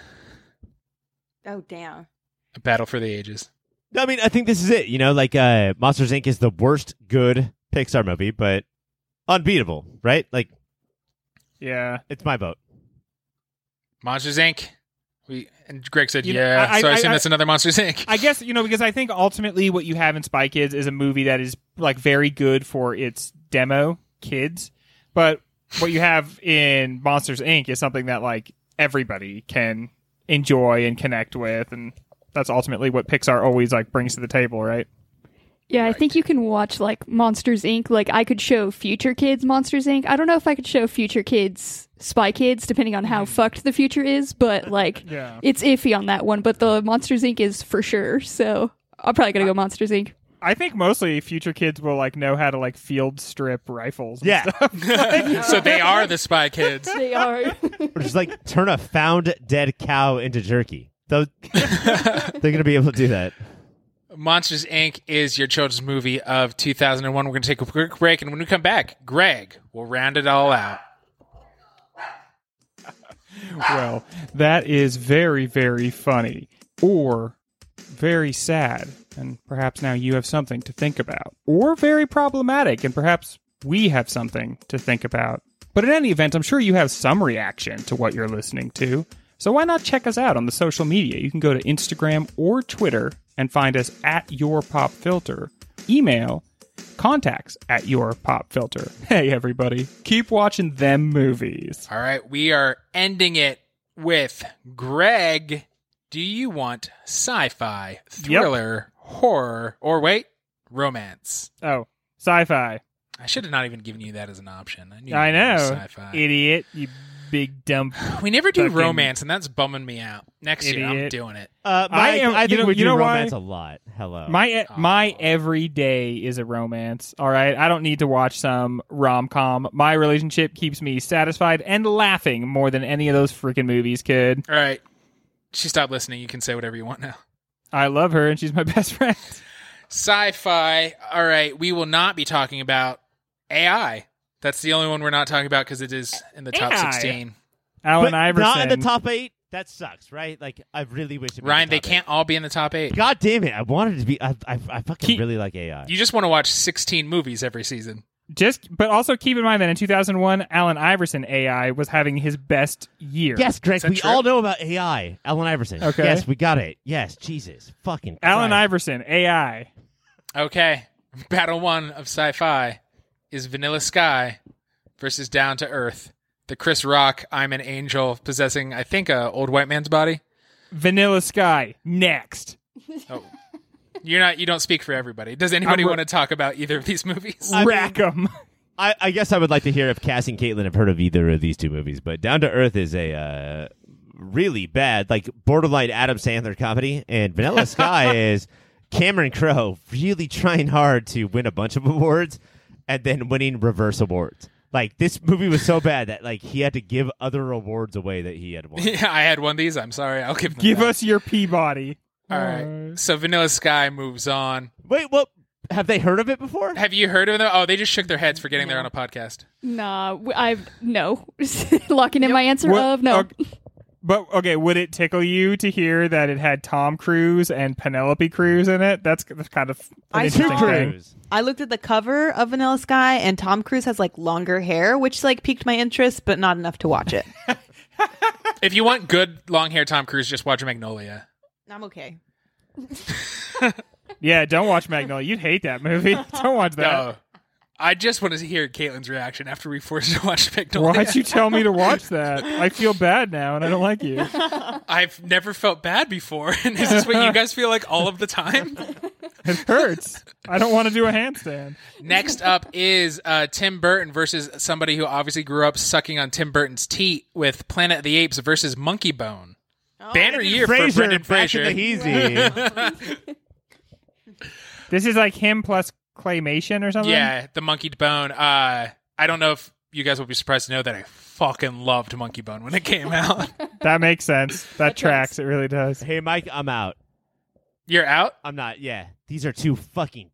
Speaker 5: Oh damn.
Speaker 1: A battle for the ages.
Speaker 2: I mean, I think this is it. You know, like uh, Monsters Inc. is the worst good Pixar movie, but unbeatable, right? Like,
Speaker 3: *laughs* Yeah.
Speaker 2: it's my vote.
Speaker 1: Monsters Inc. We and Greg said,
Speaker 3: You know,
Speaker 1: yeah.
Speaker 3: I-
Speaker 1: so I,
Speaker 3: I-
Speaker 1: assume
Speaker 3: I-
Speaker 1: that's another Monsters
Speaker 3: *laughs*
Speaker 1: Inc.
Speaker 3: I guess you know because I think ultimately what you have in Spy Kids is a movie that is like very good for its demo kids, but what you have in Monsters Inc is something that like everybody can enjoy and connect with and that's ultimately what Pixar always like brings to the table, right?
Speaker 4: Yeah, I think you can watch like Monsters Inc. Like I could show future kids Monsters Inc. I don't know if I could show future kids Spy Kids, depending on how fucked the future
Speaker 3: *laughs*
Speaker 4: is, but like
Speaker 3: Hmm. Yeah.
Speaker 4: it's iffy on that one. But the Monsters Inc. is for sure, so I'm probably gonna go
Speaker 3: *laughs*
Speaker 4: Monsters Inc.
Speaker 3: I think mostly future kids will like know how to like field strip rifles.
Speaker 2: *laughs*
Speaker 3: and
Speaker 2: Yeah.
Speaker 3: stuff.
Speaker 1: so they are the Spy Kids.
Speaker 4: They are.
Speaker 2: Or just like turn a found dead cow into jerky. Those, they're going to be able to do that.
Speaker 1: Monsters Inc. is your children's movie of 2001. We're going to take a quick break, and when we come back, Greg will round it all out.
Speaker 3: well, that is very, very funny or very sad. And perhaps now you have something to think about, or very problematic. And perhaps we have something to think about. But in any event, I'm sure you have some reaction to what you're listening to. So why not check us out on the social media? You can go to Instagram or Twitter and find us at Your Pop Filter. Email contacts at Your Pop Filter. *laughs* Hey, everybody, keep watching them movies.
Speaker 1: All right, we are ending it with Greg. Do you want sci-fi, thriller, horror, or wait, romance?
Speaker 3: Oh, sci fi.
Speaker 1: I should have not even given you that as an option. I, knew
Speaker 3: I
Speaker 1: you were
Speaker 3: know.
Speaker 1: sci-fi.
Speaker 3: Idiot, you
Speaker 1: *sighs*
Speaker 3: big dumb.
Speaker 1: we never do
Speaker 3: fucking
Speaker 1: romance, and that's bumming me out. Next year, I'm
Speaker 3: idiot.
Speaker 1: doing it.
Speaker 2: Uh,
Speaker 3: I
Speaker 2: my, I,
Speaker 3: am-
Speaker 2: think
Speaker 3: you know-
Speaker 2: we
Speaker 3: you
Speaker 2: do
Speaker 3: know why?
Speaker 2: romance a lot. Hello.
Speaker 3: My e, my
Speaker 1: Oh.
Speaker 3: everyday is a romance. All right, I don't need to watch some rom com. My relationship keeps me satisfied and laughing more than any of those freaking movies could.
Speaker 1: All right. She stopped listening. You can say whatever you want now.
Speaker 3: I love her, and she's my *laughs* best friend.
Speaker 1: Sci fi. All right. We will not be talking about AI. That's the only one we're not talking about because it is in the top
Speaker 3: AI.
Speaker 1: 16.
Speaker 3: Alan
Speaker 2: but
Speaker 3: Iverson.
Speaker 2: not in the top eight. That sucks, right? Like I really wish. It was
Speaker 1: Ryan,
Speaker 2: the
Speaker 1: they
Speaker 2: top
Speaker 1: can't all be in the top eight.
Speaker 2: Eight. God damn it! I wanted it to be. I I, I fucking
Speaker 3: Keep-
Speaker 2: really like AI.
Speaker 1: You just want to watch 16 movies every season.
Speaker 3: Just, but also keep in mind that in 2001, Alan Iverson AI was having his best year.
Speaker 2: Yes, Greg.
Speaker 1: Is that
Speaker 2: We
Speaker 1: true?
Speaker 2: all know about AI. Alan Iverson.
Speaker 3: Okay.
Speaker 2: Yes, we got it. Yes, Jesus, fucking.
Speaker 3: Alan
Speaker 2: Christ.
Speaker 3: Iverson AI.
Speaker 1: Okay. Battle one of sci fi is Vanilla Sky versus Down to Earth. The Chris Rock, I'm an angel, possessing, I think, a old white man's body.
Speaker 3: Vanilla Sky next.
Speaker 1: Oh. You're not, you don't speak for everybody. Does anybody
Speaker 3: re-
Speaker 1: want to talk about either of these movies? *laughs*
Speaker 2: I mean-
Speaker 3: Rack 'em.
Speaker 2: I, I guess I would like to hear if Cass and Caitlin have heard of either of these two movies, but Down to Earth is a uh, really bad, like borderline Adam Sandler comedy, and Vanilla Sky is Cameron Crowe really trying hard to win a bunch of awards and then winning reverse awards. Like this movie was so bad that like he had to give other awards away that
Speaker 1: *laughs*
Speaker 2: he had won.
Speaker 1: yeah, I had one of these. I'm sorry. I'll give them
Speaker 3: *laughs* Give
Speaker 1: that.
Speaker 3: us your Peabody.
Speaker 1: All right. So Vanilla Sky moves on.
Speaker 2: Wait, what? Have they heard of it before?
Speaker 1: Have you heard of them? Oh, they just shook their heads for getting there on a podcast.
Speaker 4: *laughs* Nah, w- I've no *laughs* locking in my answer
Speaker 3: What- uh,
Speaker 4: of no.
Speaker 3: ok- but okay, would it tickle you to hear that it had Tom Cruise and Penelope Cruz in it? That's, that's kind of an
Speaker 5: I
Speaker 3: interesting
Speaker 5: saw-
Speaker 3: thing.
Speaker 2: Cruise.
Speaker 5: I looked at the cover of Vanilla Sky, and Tom Cruise has like longer hair, which like piqued my interest, but not enough to watch it.
Speaker 1: If you want good long hair Tom Cruise, just watch Magnolia.
Speaker 5: I'm okay.
Speaker 3: Yeah, don't watch Magnolia. You'd hate that movie. Don't watch that.
Speaker 1: No. I just wanted to hear Caitlin's reaction after we forced her to watch Magnolia.
Speaker 3: Why'd you tell me to watch that? I feel bad now, and I don't like you.
Speaker 1: *laughs* I've never felt bad before. *laughs* And is this what you guys feel like all of the time?
Speaker 3: It hurts. I don't want to do a handstand.
Speaker 1: Next up is uh, Tim Burton versus somebody who obviously grew up sucking on Tim Burton's teat with Planet of the Apes versus Monkey Bone. Banner year for Brendan
Speaker 2: Back
Speaker 1: Fraser.
Speaker 2: in the easy.
Speaker 1: *laughs*
Speaker 3: This is like him plus claymation or something.
Speaker 1: Yeah, the Monkey Bone. Uh, I don't know if you guys will be surprised to know that I fucking loved Monkey Bone when it came out.
Speaker 3: that makes sense. That, tracks. It really does.
Speaker 2: hey, Mike, I'm out.
Speaker 1: You're out.
Speaker 2: I'm not. Yeah, these are two fucking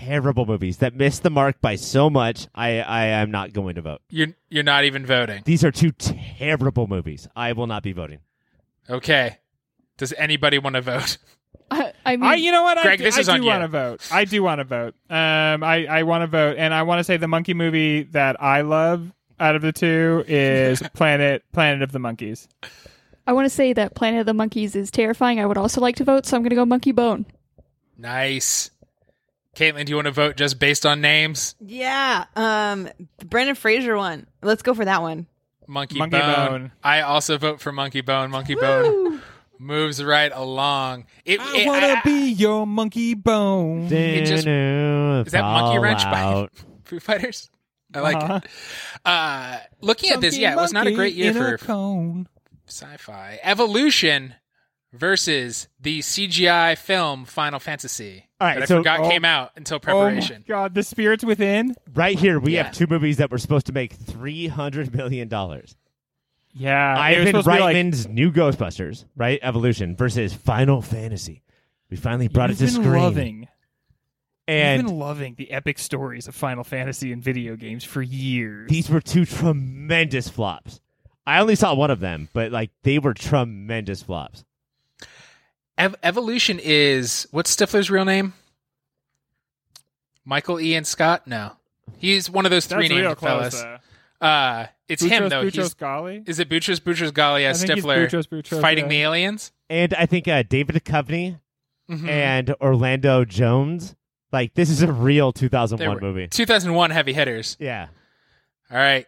Speaker 2: terrible movies that missed the mark by so much. I I am not going to vote.
Speaker 1: You're you're not even voting.
Speaker 2: These are two terrible movies. I will not be voting.
Speaker 3: *laughs*
Speaker 1: Okay. Does anybody want to vote?
Speaker 4: *laughs* I, I mean,
Speaker 3: I, you know what? I
Speaker 1: Greg,
Speaker 3: do,
Speaker 1: this is
Speaker 3: I
Speaker 1: on
Speaker 3: do
Speaker 1: you.
Speaker 3: want to vote. I do want to vote. Um, I, I want to vote, and I want to say the monkey movie that I love out of the two
Speaker 1: *laughs*
Speaker 3: is Planet Planet of the Monkeys.
Speaker 4: I want to say that Planet of the Monkeys is terrifying. I would also like to vote, so I'm going to go Monkey Bone.
Speaker 1: Nice. Caitlin, do you want to vote just based on names?
Speaker 5: Yeah. Um, the Brendan Fraser one. Let's go for that one.
Speaker 1: Monkey,
Speaker 3: Monkey
Speaker 1: Bone.
Speaker 3: Bone.
Speaker 1: I also vote for Monkey Bone. Monkey Bone moves right along. It, it- I-
Speaker 3: be your monkey bone.
Speaker 1: just-
Speaker 2: is
Speaker 1: is that Monkey Wrench by Foo Fighters? I like
Speaker 3: Uh-huh.
Speaker 1: it. Uh, looking at this, yeah, it was not a great year for
Speaker 3: cone.
Speaker 1: sci-fi evolution versus the CGI film Final Fantasy
Speaker 2: All right,
Speaker 1: that I
Speaker 2: so-
Speaker 1: forgot
Speaker 3: oh.
Speaker 1: came out until
Speaker 3: Oh my
Speaker 1: preparation.
Speaker 3: god, the spirits within.
Speaker 2: Right here, we
Speaker 1: Yeah.
Speaker 2: have two movies that were supposed to make three hundred million dollars.
Speaker 3: Yeah, Uh, it was
Speaker 2: Ivan
Speaker 3: supposed to be like-
Speaker 2: Reitman's new Ghostbusters, right? Evolution versus Final Fantasy. We finally brought
Speaker 3: You've
Speaker 2: it to
Speaker 3: been
Speaker 2: screen,
Speaker 3: Loving,
Speaker 2: and
Speaker 3: You've been loving the epic stories of Final Fantasy and video games for years.
Speaker 2: these were two tremendous flops. I only saw one of them, but like they were tremendous flops.
Speaker 1: Ev- evolution is what's Stifler's real name? Michael Ian Scott? No, he's one of those three
Speaker 3: That's
Speaker 1: named
Speaker 3: real close.
Speaker 1: fellas.
Speaker 3: though.
Speaker 1: Uh, it's him
Speaker 3: Boutros
Speaker 1: though.
Speaker 3: Boutros
Speaker 1: He's,
Speaker 3: Ghali.
Speaker 1: is it Boutros Boutros Ghali
Speaker 3: I
Speaker 1: as
Speaker 3: think he's
Speaker 1: Stifler
Speaker 3: Boutros Boutros,
Speaker 1: fighting
Speaker 3: yeah.
Speaker 1: the aliens?
Speaker 2: And I think uh, David Duchovny
Speaker 1: Mhm.
Speaker 2: and Orlando Jones. Like this is a real 2001
Speaker 1: They were-
Speaker 2: movie.
Speaker 1: 2001 heavy hitters.
Speaker 2: Yeah.
Speaker 1: All right,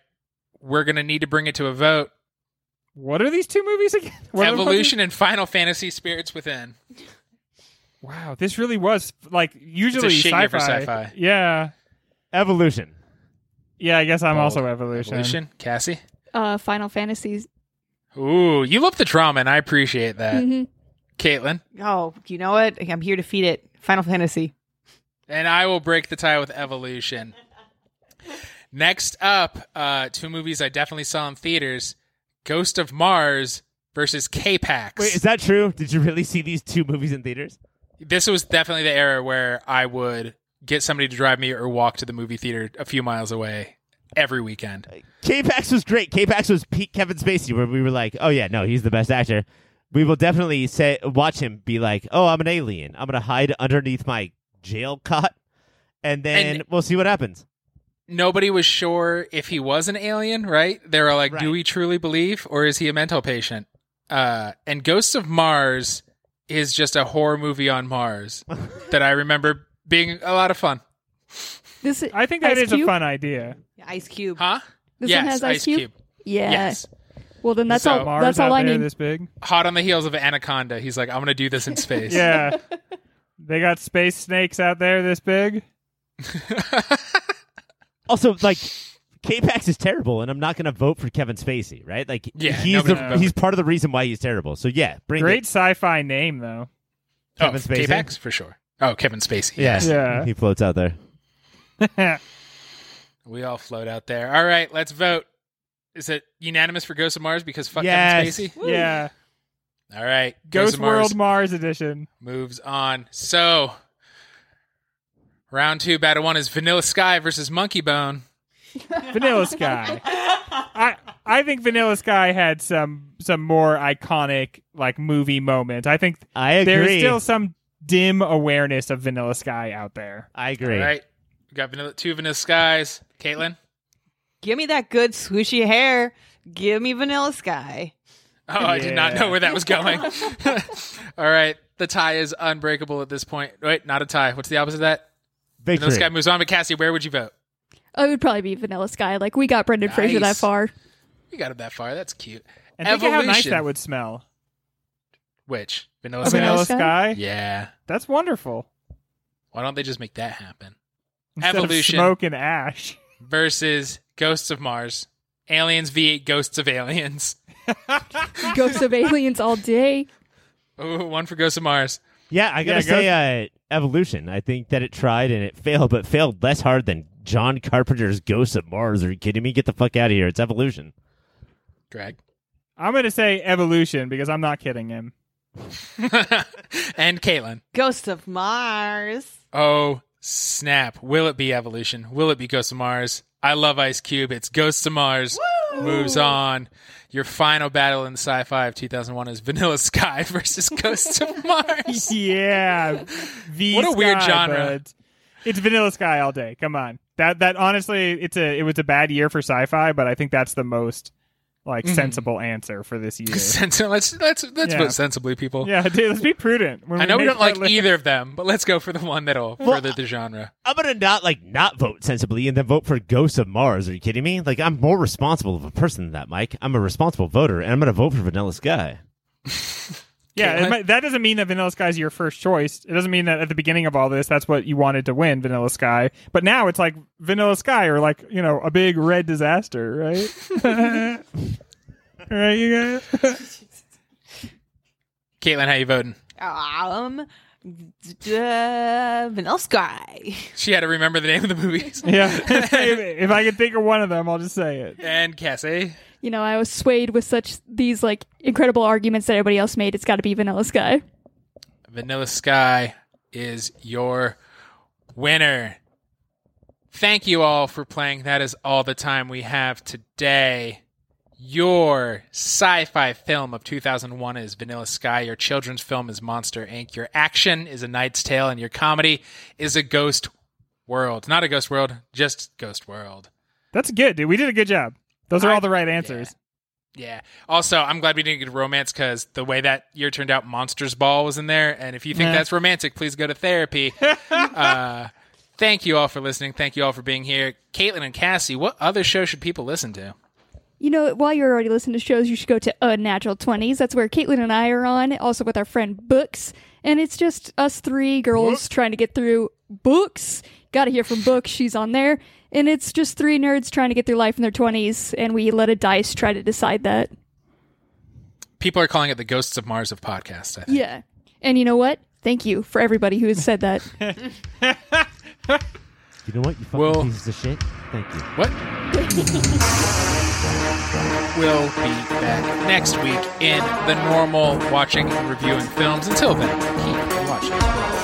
Speaker 1: we're gonna need to bring it to a vote.
Speaker 3: What are these two movies *laughs* again? What are the
Speaker 1: Evolution and Final Fantasy: Spirits Within.
Speaker 3: fucking- Wow, this really was like usually
Speaker 1: shit
Speaker 3: sci-fi.
Speaker 1: year for sci-fi.
Speaker 3: Yeah,
Speaker 2: Evolution.
Speaker 3: yeah. I guess I'm
Speaker 1: Bold.
Speaker 3: also evolution.
Speaker 1: Evolution, Cassie.
Speaker 4: Uh, Final Fantasies.
Speaker 1: Ooh, you love the drama, and I appreciate that,
Speaker 4: Mhm.
Speaker 1: Caitlin.
Speaker 5: Oh, you know what? I'm here to feed it. Final Fantasy.
Speaker 1: And I will break the tie with Evolution. Next up, uh, two movies I definitely saw in theaters: Ghost of Mars versus K-Pax.
Speaker 2: Wait, is that true? Did you really see these two movies in theaters?
Speaker 1: this was definitely the era where I would get somebody to drive me or walk to the movie theater a few miles away every weekend.
Speaker 2: K-Pax was great. K-Pax was peak Kevin Spacey, where we were like, oh yeah, no, he's the best actor. We will definitely say watch him be like, oh, I'm an alien. I'm gonna hide underneath my jail cot, and then
Speaker 1: And-
Speaker 2: we'll see what happens.
Speaker 1: Nobody was sure if he was an alien, right? They were like, do
Speaker 2: Right.
Speaker 1: we truly believe or is he a mental patient? Uh, and Ghosts of Mars is just a horror movie on
Speaker 2: *laughs*
Speaker 1: Mars that I remember being a lot of fun.
Speaker 4: This
Speaker 3: I think that is
Speaker 4: Ice
Speaker 3: a
Speaker 4: Cube?
Speaker 3: fun idea.
Speaker 5: Ice Cube.
Speaker 1: Huh?
Speaker 4: This
Speaker 1: yes,
Speaker 4: one has Ice Cube? yeah.
Speaker 1: Yes.
Speaker 4: Well, then that's
Speaker 1: So-
Speaker 4: all.
Speaker 3: Mars
Speaker 4: That's
Speaker 3: out
Speaker 4: all I
Speaker 3: there
Speaker 4: need.
Speaker 3: this
Speaker 1: *laughs*
Speaker 3: big.
Speaker 1: Hot on the heels of Anaconda. He's like, I'm going to do
Speaker 4: *laughs*
Speaker 1: this in space.
Speaker 3: Yeah, they got space snakes out there this big.
Speaker 2: Also, like, K-Pax is terrible, and I'm not gonna vote for Kevin Spacey, right? Like,
Speaker 1: Yeah,
Speaker 2: he's
Speaker 1: nobody
Speaker 2: the,
Speaker 1: would vote.
Speaker 2: he's part of the reason why he's terrible. So yeah, bring it.
Speaker 3: Great sci-fi name though.
Speaker 1: oh,
Speaker 2: Kevin Spacey?
Speaker 1: K-Pax for sure. Oh, Kevin Spacey.
Speaker 2: Yeah,
Speaker 1: *laughs*
Speaker 3: Yeah.
Speaker 2: he floats out there.
Speaker 1: We all float out there. All right, let's vote. Is it unanimous for Ghost of Mars because fuck
Speaker 2: Yes.
Speaker 1: Kevin Spacey?
Speaker 3: yeah,
Speaker 1: All right,
Speaker 3: Ghost,
Speaker 1: of
Speaker 3: World
Speaker 1: Mars
Speaker 3: Mars edition.
Speaker 1: moves on. So, round two, battle one is Vanilla Sky versus Monkey Bone. *laughs*
Speaker 3: Vanilla Sky. I I think Vanilla Sky had some some more iconic like movie moments. I think
Speaker 2: I agree.
Speaker 3: there's still some dim awareness of Vanilla Sky out there.
Speaker 2: I agree.
Speaker 1: All right, we got vanilla, two Vanilla Skies. Caitlin.
Speaker 5: *laughs* Give me that good swooshy hair. Give me Vanilla Sky.
Speaker 1: Oh, I did not
Speaker 3: Yeah.
Speaker 1: know where that was going. *laughs* all right, the tie is unbreakable at this point. Wait, not a tie. What's the opposite of that?
Speaker 2: Victory.
Speaker 1: Vanilla Sky moves on. But Cassie, where would you vote?
Speaker 4: Oh, it would probably be Vanilla Sky. Like we got Brendan Fraser that
Speaker 1: Nice.
Speaker 4: far.
Speaker 1: We got it that far. That's cute.
Speaker 3: And think of how nice
Speaker 1: Evolution.
Speaker 3: that would smell.
Speaker 1: Which Vanilla
Speaker 4: A
Speaker 1: Sky?
Speaker 3: Vanilla
Speaker 4: Vanilla
Speaker 3: Sky.
Speaker 4: Sky?
Speaker 1: Yeah.
Speaker 3: That's wonderful.
Speaker 1: Why don't they just make that happen?
Speaker 3: Instead of
Speaker 1: Evolution.
Speaker 3: smoke and ash.
Speaker 1: Versus Ghosts of Mars. Aliens v Ghosts of Aliens.
Speaker 4: Ghosts of aliens all day.
Speaker 1: Ooh, one for Ghosts of Mars.
Speaker 2: Yeah, I gotta
Speaker 3: Yeah, go-
Speaker 2: say, uh, Evolution. I think that it tried and it failed, but failed less hard than John Carpenter's Ghost of Mars. Are you kidding me? Get the fuck out of here! It's Evolution.
Speaker 1: Greg.
Speaker 3: I'm gonna say evolution because I'm not kidding him.
Speaker 1: *laughs* and Caitlin.
Speaker 5: Ghost of Mars.
Speaker 1: Oh, snap. Will it be Evolution? Will it be Ghosts of Mars? I love Ice Cube. It's Ghosts of Mars. Moves on. Your final battle in sci fi of 2001 is Vanilla Sky *laughs* versus Ghosts of
Speaker 3: *laughs*
Speaker 1: Mars. *laughs*
Speaker 3: yeah. The
Speaker 1: What a weird
Speaker 3: Sky,
Speaker 1: genre.
Speaker 3: bud. It's Vanilla Sky all day. Come on. That that honestly it's a it was a bad year for sci-fi, but I think that's the most like
Speaker 1: Mm-hmm.
Speaker 3: sensible answer for this
Speaker 1: *laughs*
Speaker 3: year.
Speaker 1: Sensi- let's let's let's
Speaker 3: Yeah.
Speaker 1: vote sensibly, people.
Speaker 3: yeah, dude, let's be prudent. when
Speaker 1: I know we
Speaker 3: make
Speaker 1: don't like
Speaker 3: our list.
Speaker 1: either of them, but let's go for the one that'll
Speaker 2: Well,
Speaker 1: further the genre.
Speaker 2: I'm gonna not like not vote sensibly and then vote for Ghost of Mars. Are you kidding me? Like I'm more responsible of a person than that, Mike. I'm a responsible voter, and I'm gonna vote for Vanilla Sky.
Speaker 3: Yeah,
Speaker 1: Caitlin?
Speaker 3: it might, that doesn't mean that Vanilla Sky is your first choice. It doesn't mean that at the beginning of all this, that's what you wanted to win, Vanilla Sky. But now it's like Vanilla Sky or like you know a big red disaster, right? *laughs* right, you guys.
Speaker 1: Caitlin, how you voting?
Speaker 5: Um, d- d- uh, Vanilla Sky. *laughs*
Speaker 1: She had to remember the name of the movies.
Speaker 3: Yeah, *laughs* if I could think of one of them, I'll just say it.
Speaker 1: And Cassie.
Speaker 4: You know, I was swayed with such these like incredible arguments that everybody else made. It's got to be Vanilla Sky.
Speaker 1: Vanilla Sky is your winner. Thank you all for playing. That is all the time we have today. Your sci fi film of 2001 is Vanilla Sky. Your children's film is Monster Inc. Your action is A Knight's Tale. And your comedy is A Ghost World. Not A Ghost World, just Ghost World.
Speaker 3: That's good, dude. We did a good job. Those are
Speaker 1: I-
Speaker 3: all the right answers.
Speaker 1: Yeah. Also, I'm glad we didn't get romance because the way that year turned out, Monsters Ball was in there. And if you think
Speaker 3: Yeah.
Speaker 1: that's romantic, please go to therapy. uh, thank you all for listening. Thank you all for being here. Caitlin and Cassie, what other show should people listen to?
Speaker 4: You know, while you're already listening to shows, you should go to Unnatural Twenties. That's where Caitlin and I are on, also with our friend Books, and it's just us three girls trying to get through books. Got to hear from Books; she's on there, and it's just three nerds trying to get through life in their twenties, and we let a dice try to decide that.
Speaker 1: People are calling it the Ghosts of Mars of podcasts. I think.
Speaker 4: Yeah, and you know what? Thank you for everybody who has said that.
Speaker 2: You know what? You fucking
Speaker 1: Well-
Speaker 2: pieces of shit. Thank you.
Speaker 1: What? we'll be back next week in the normal watching and reviewing films. Until then, keep watching.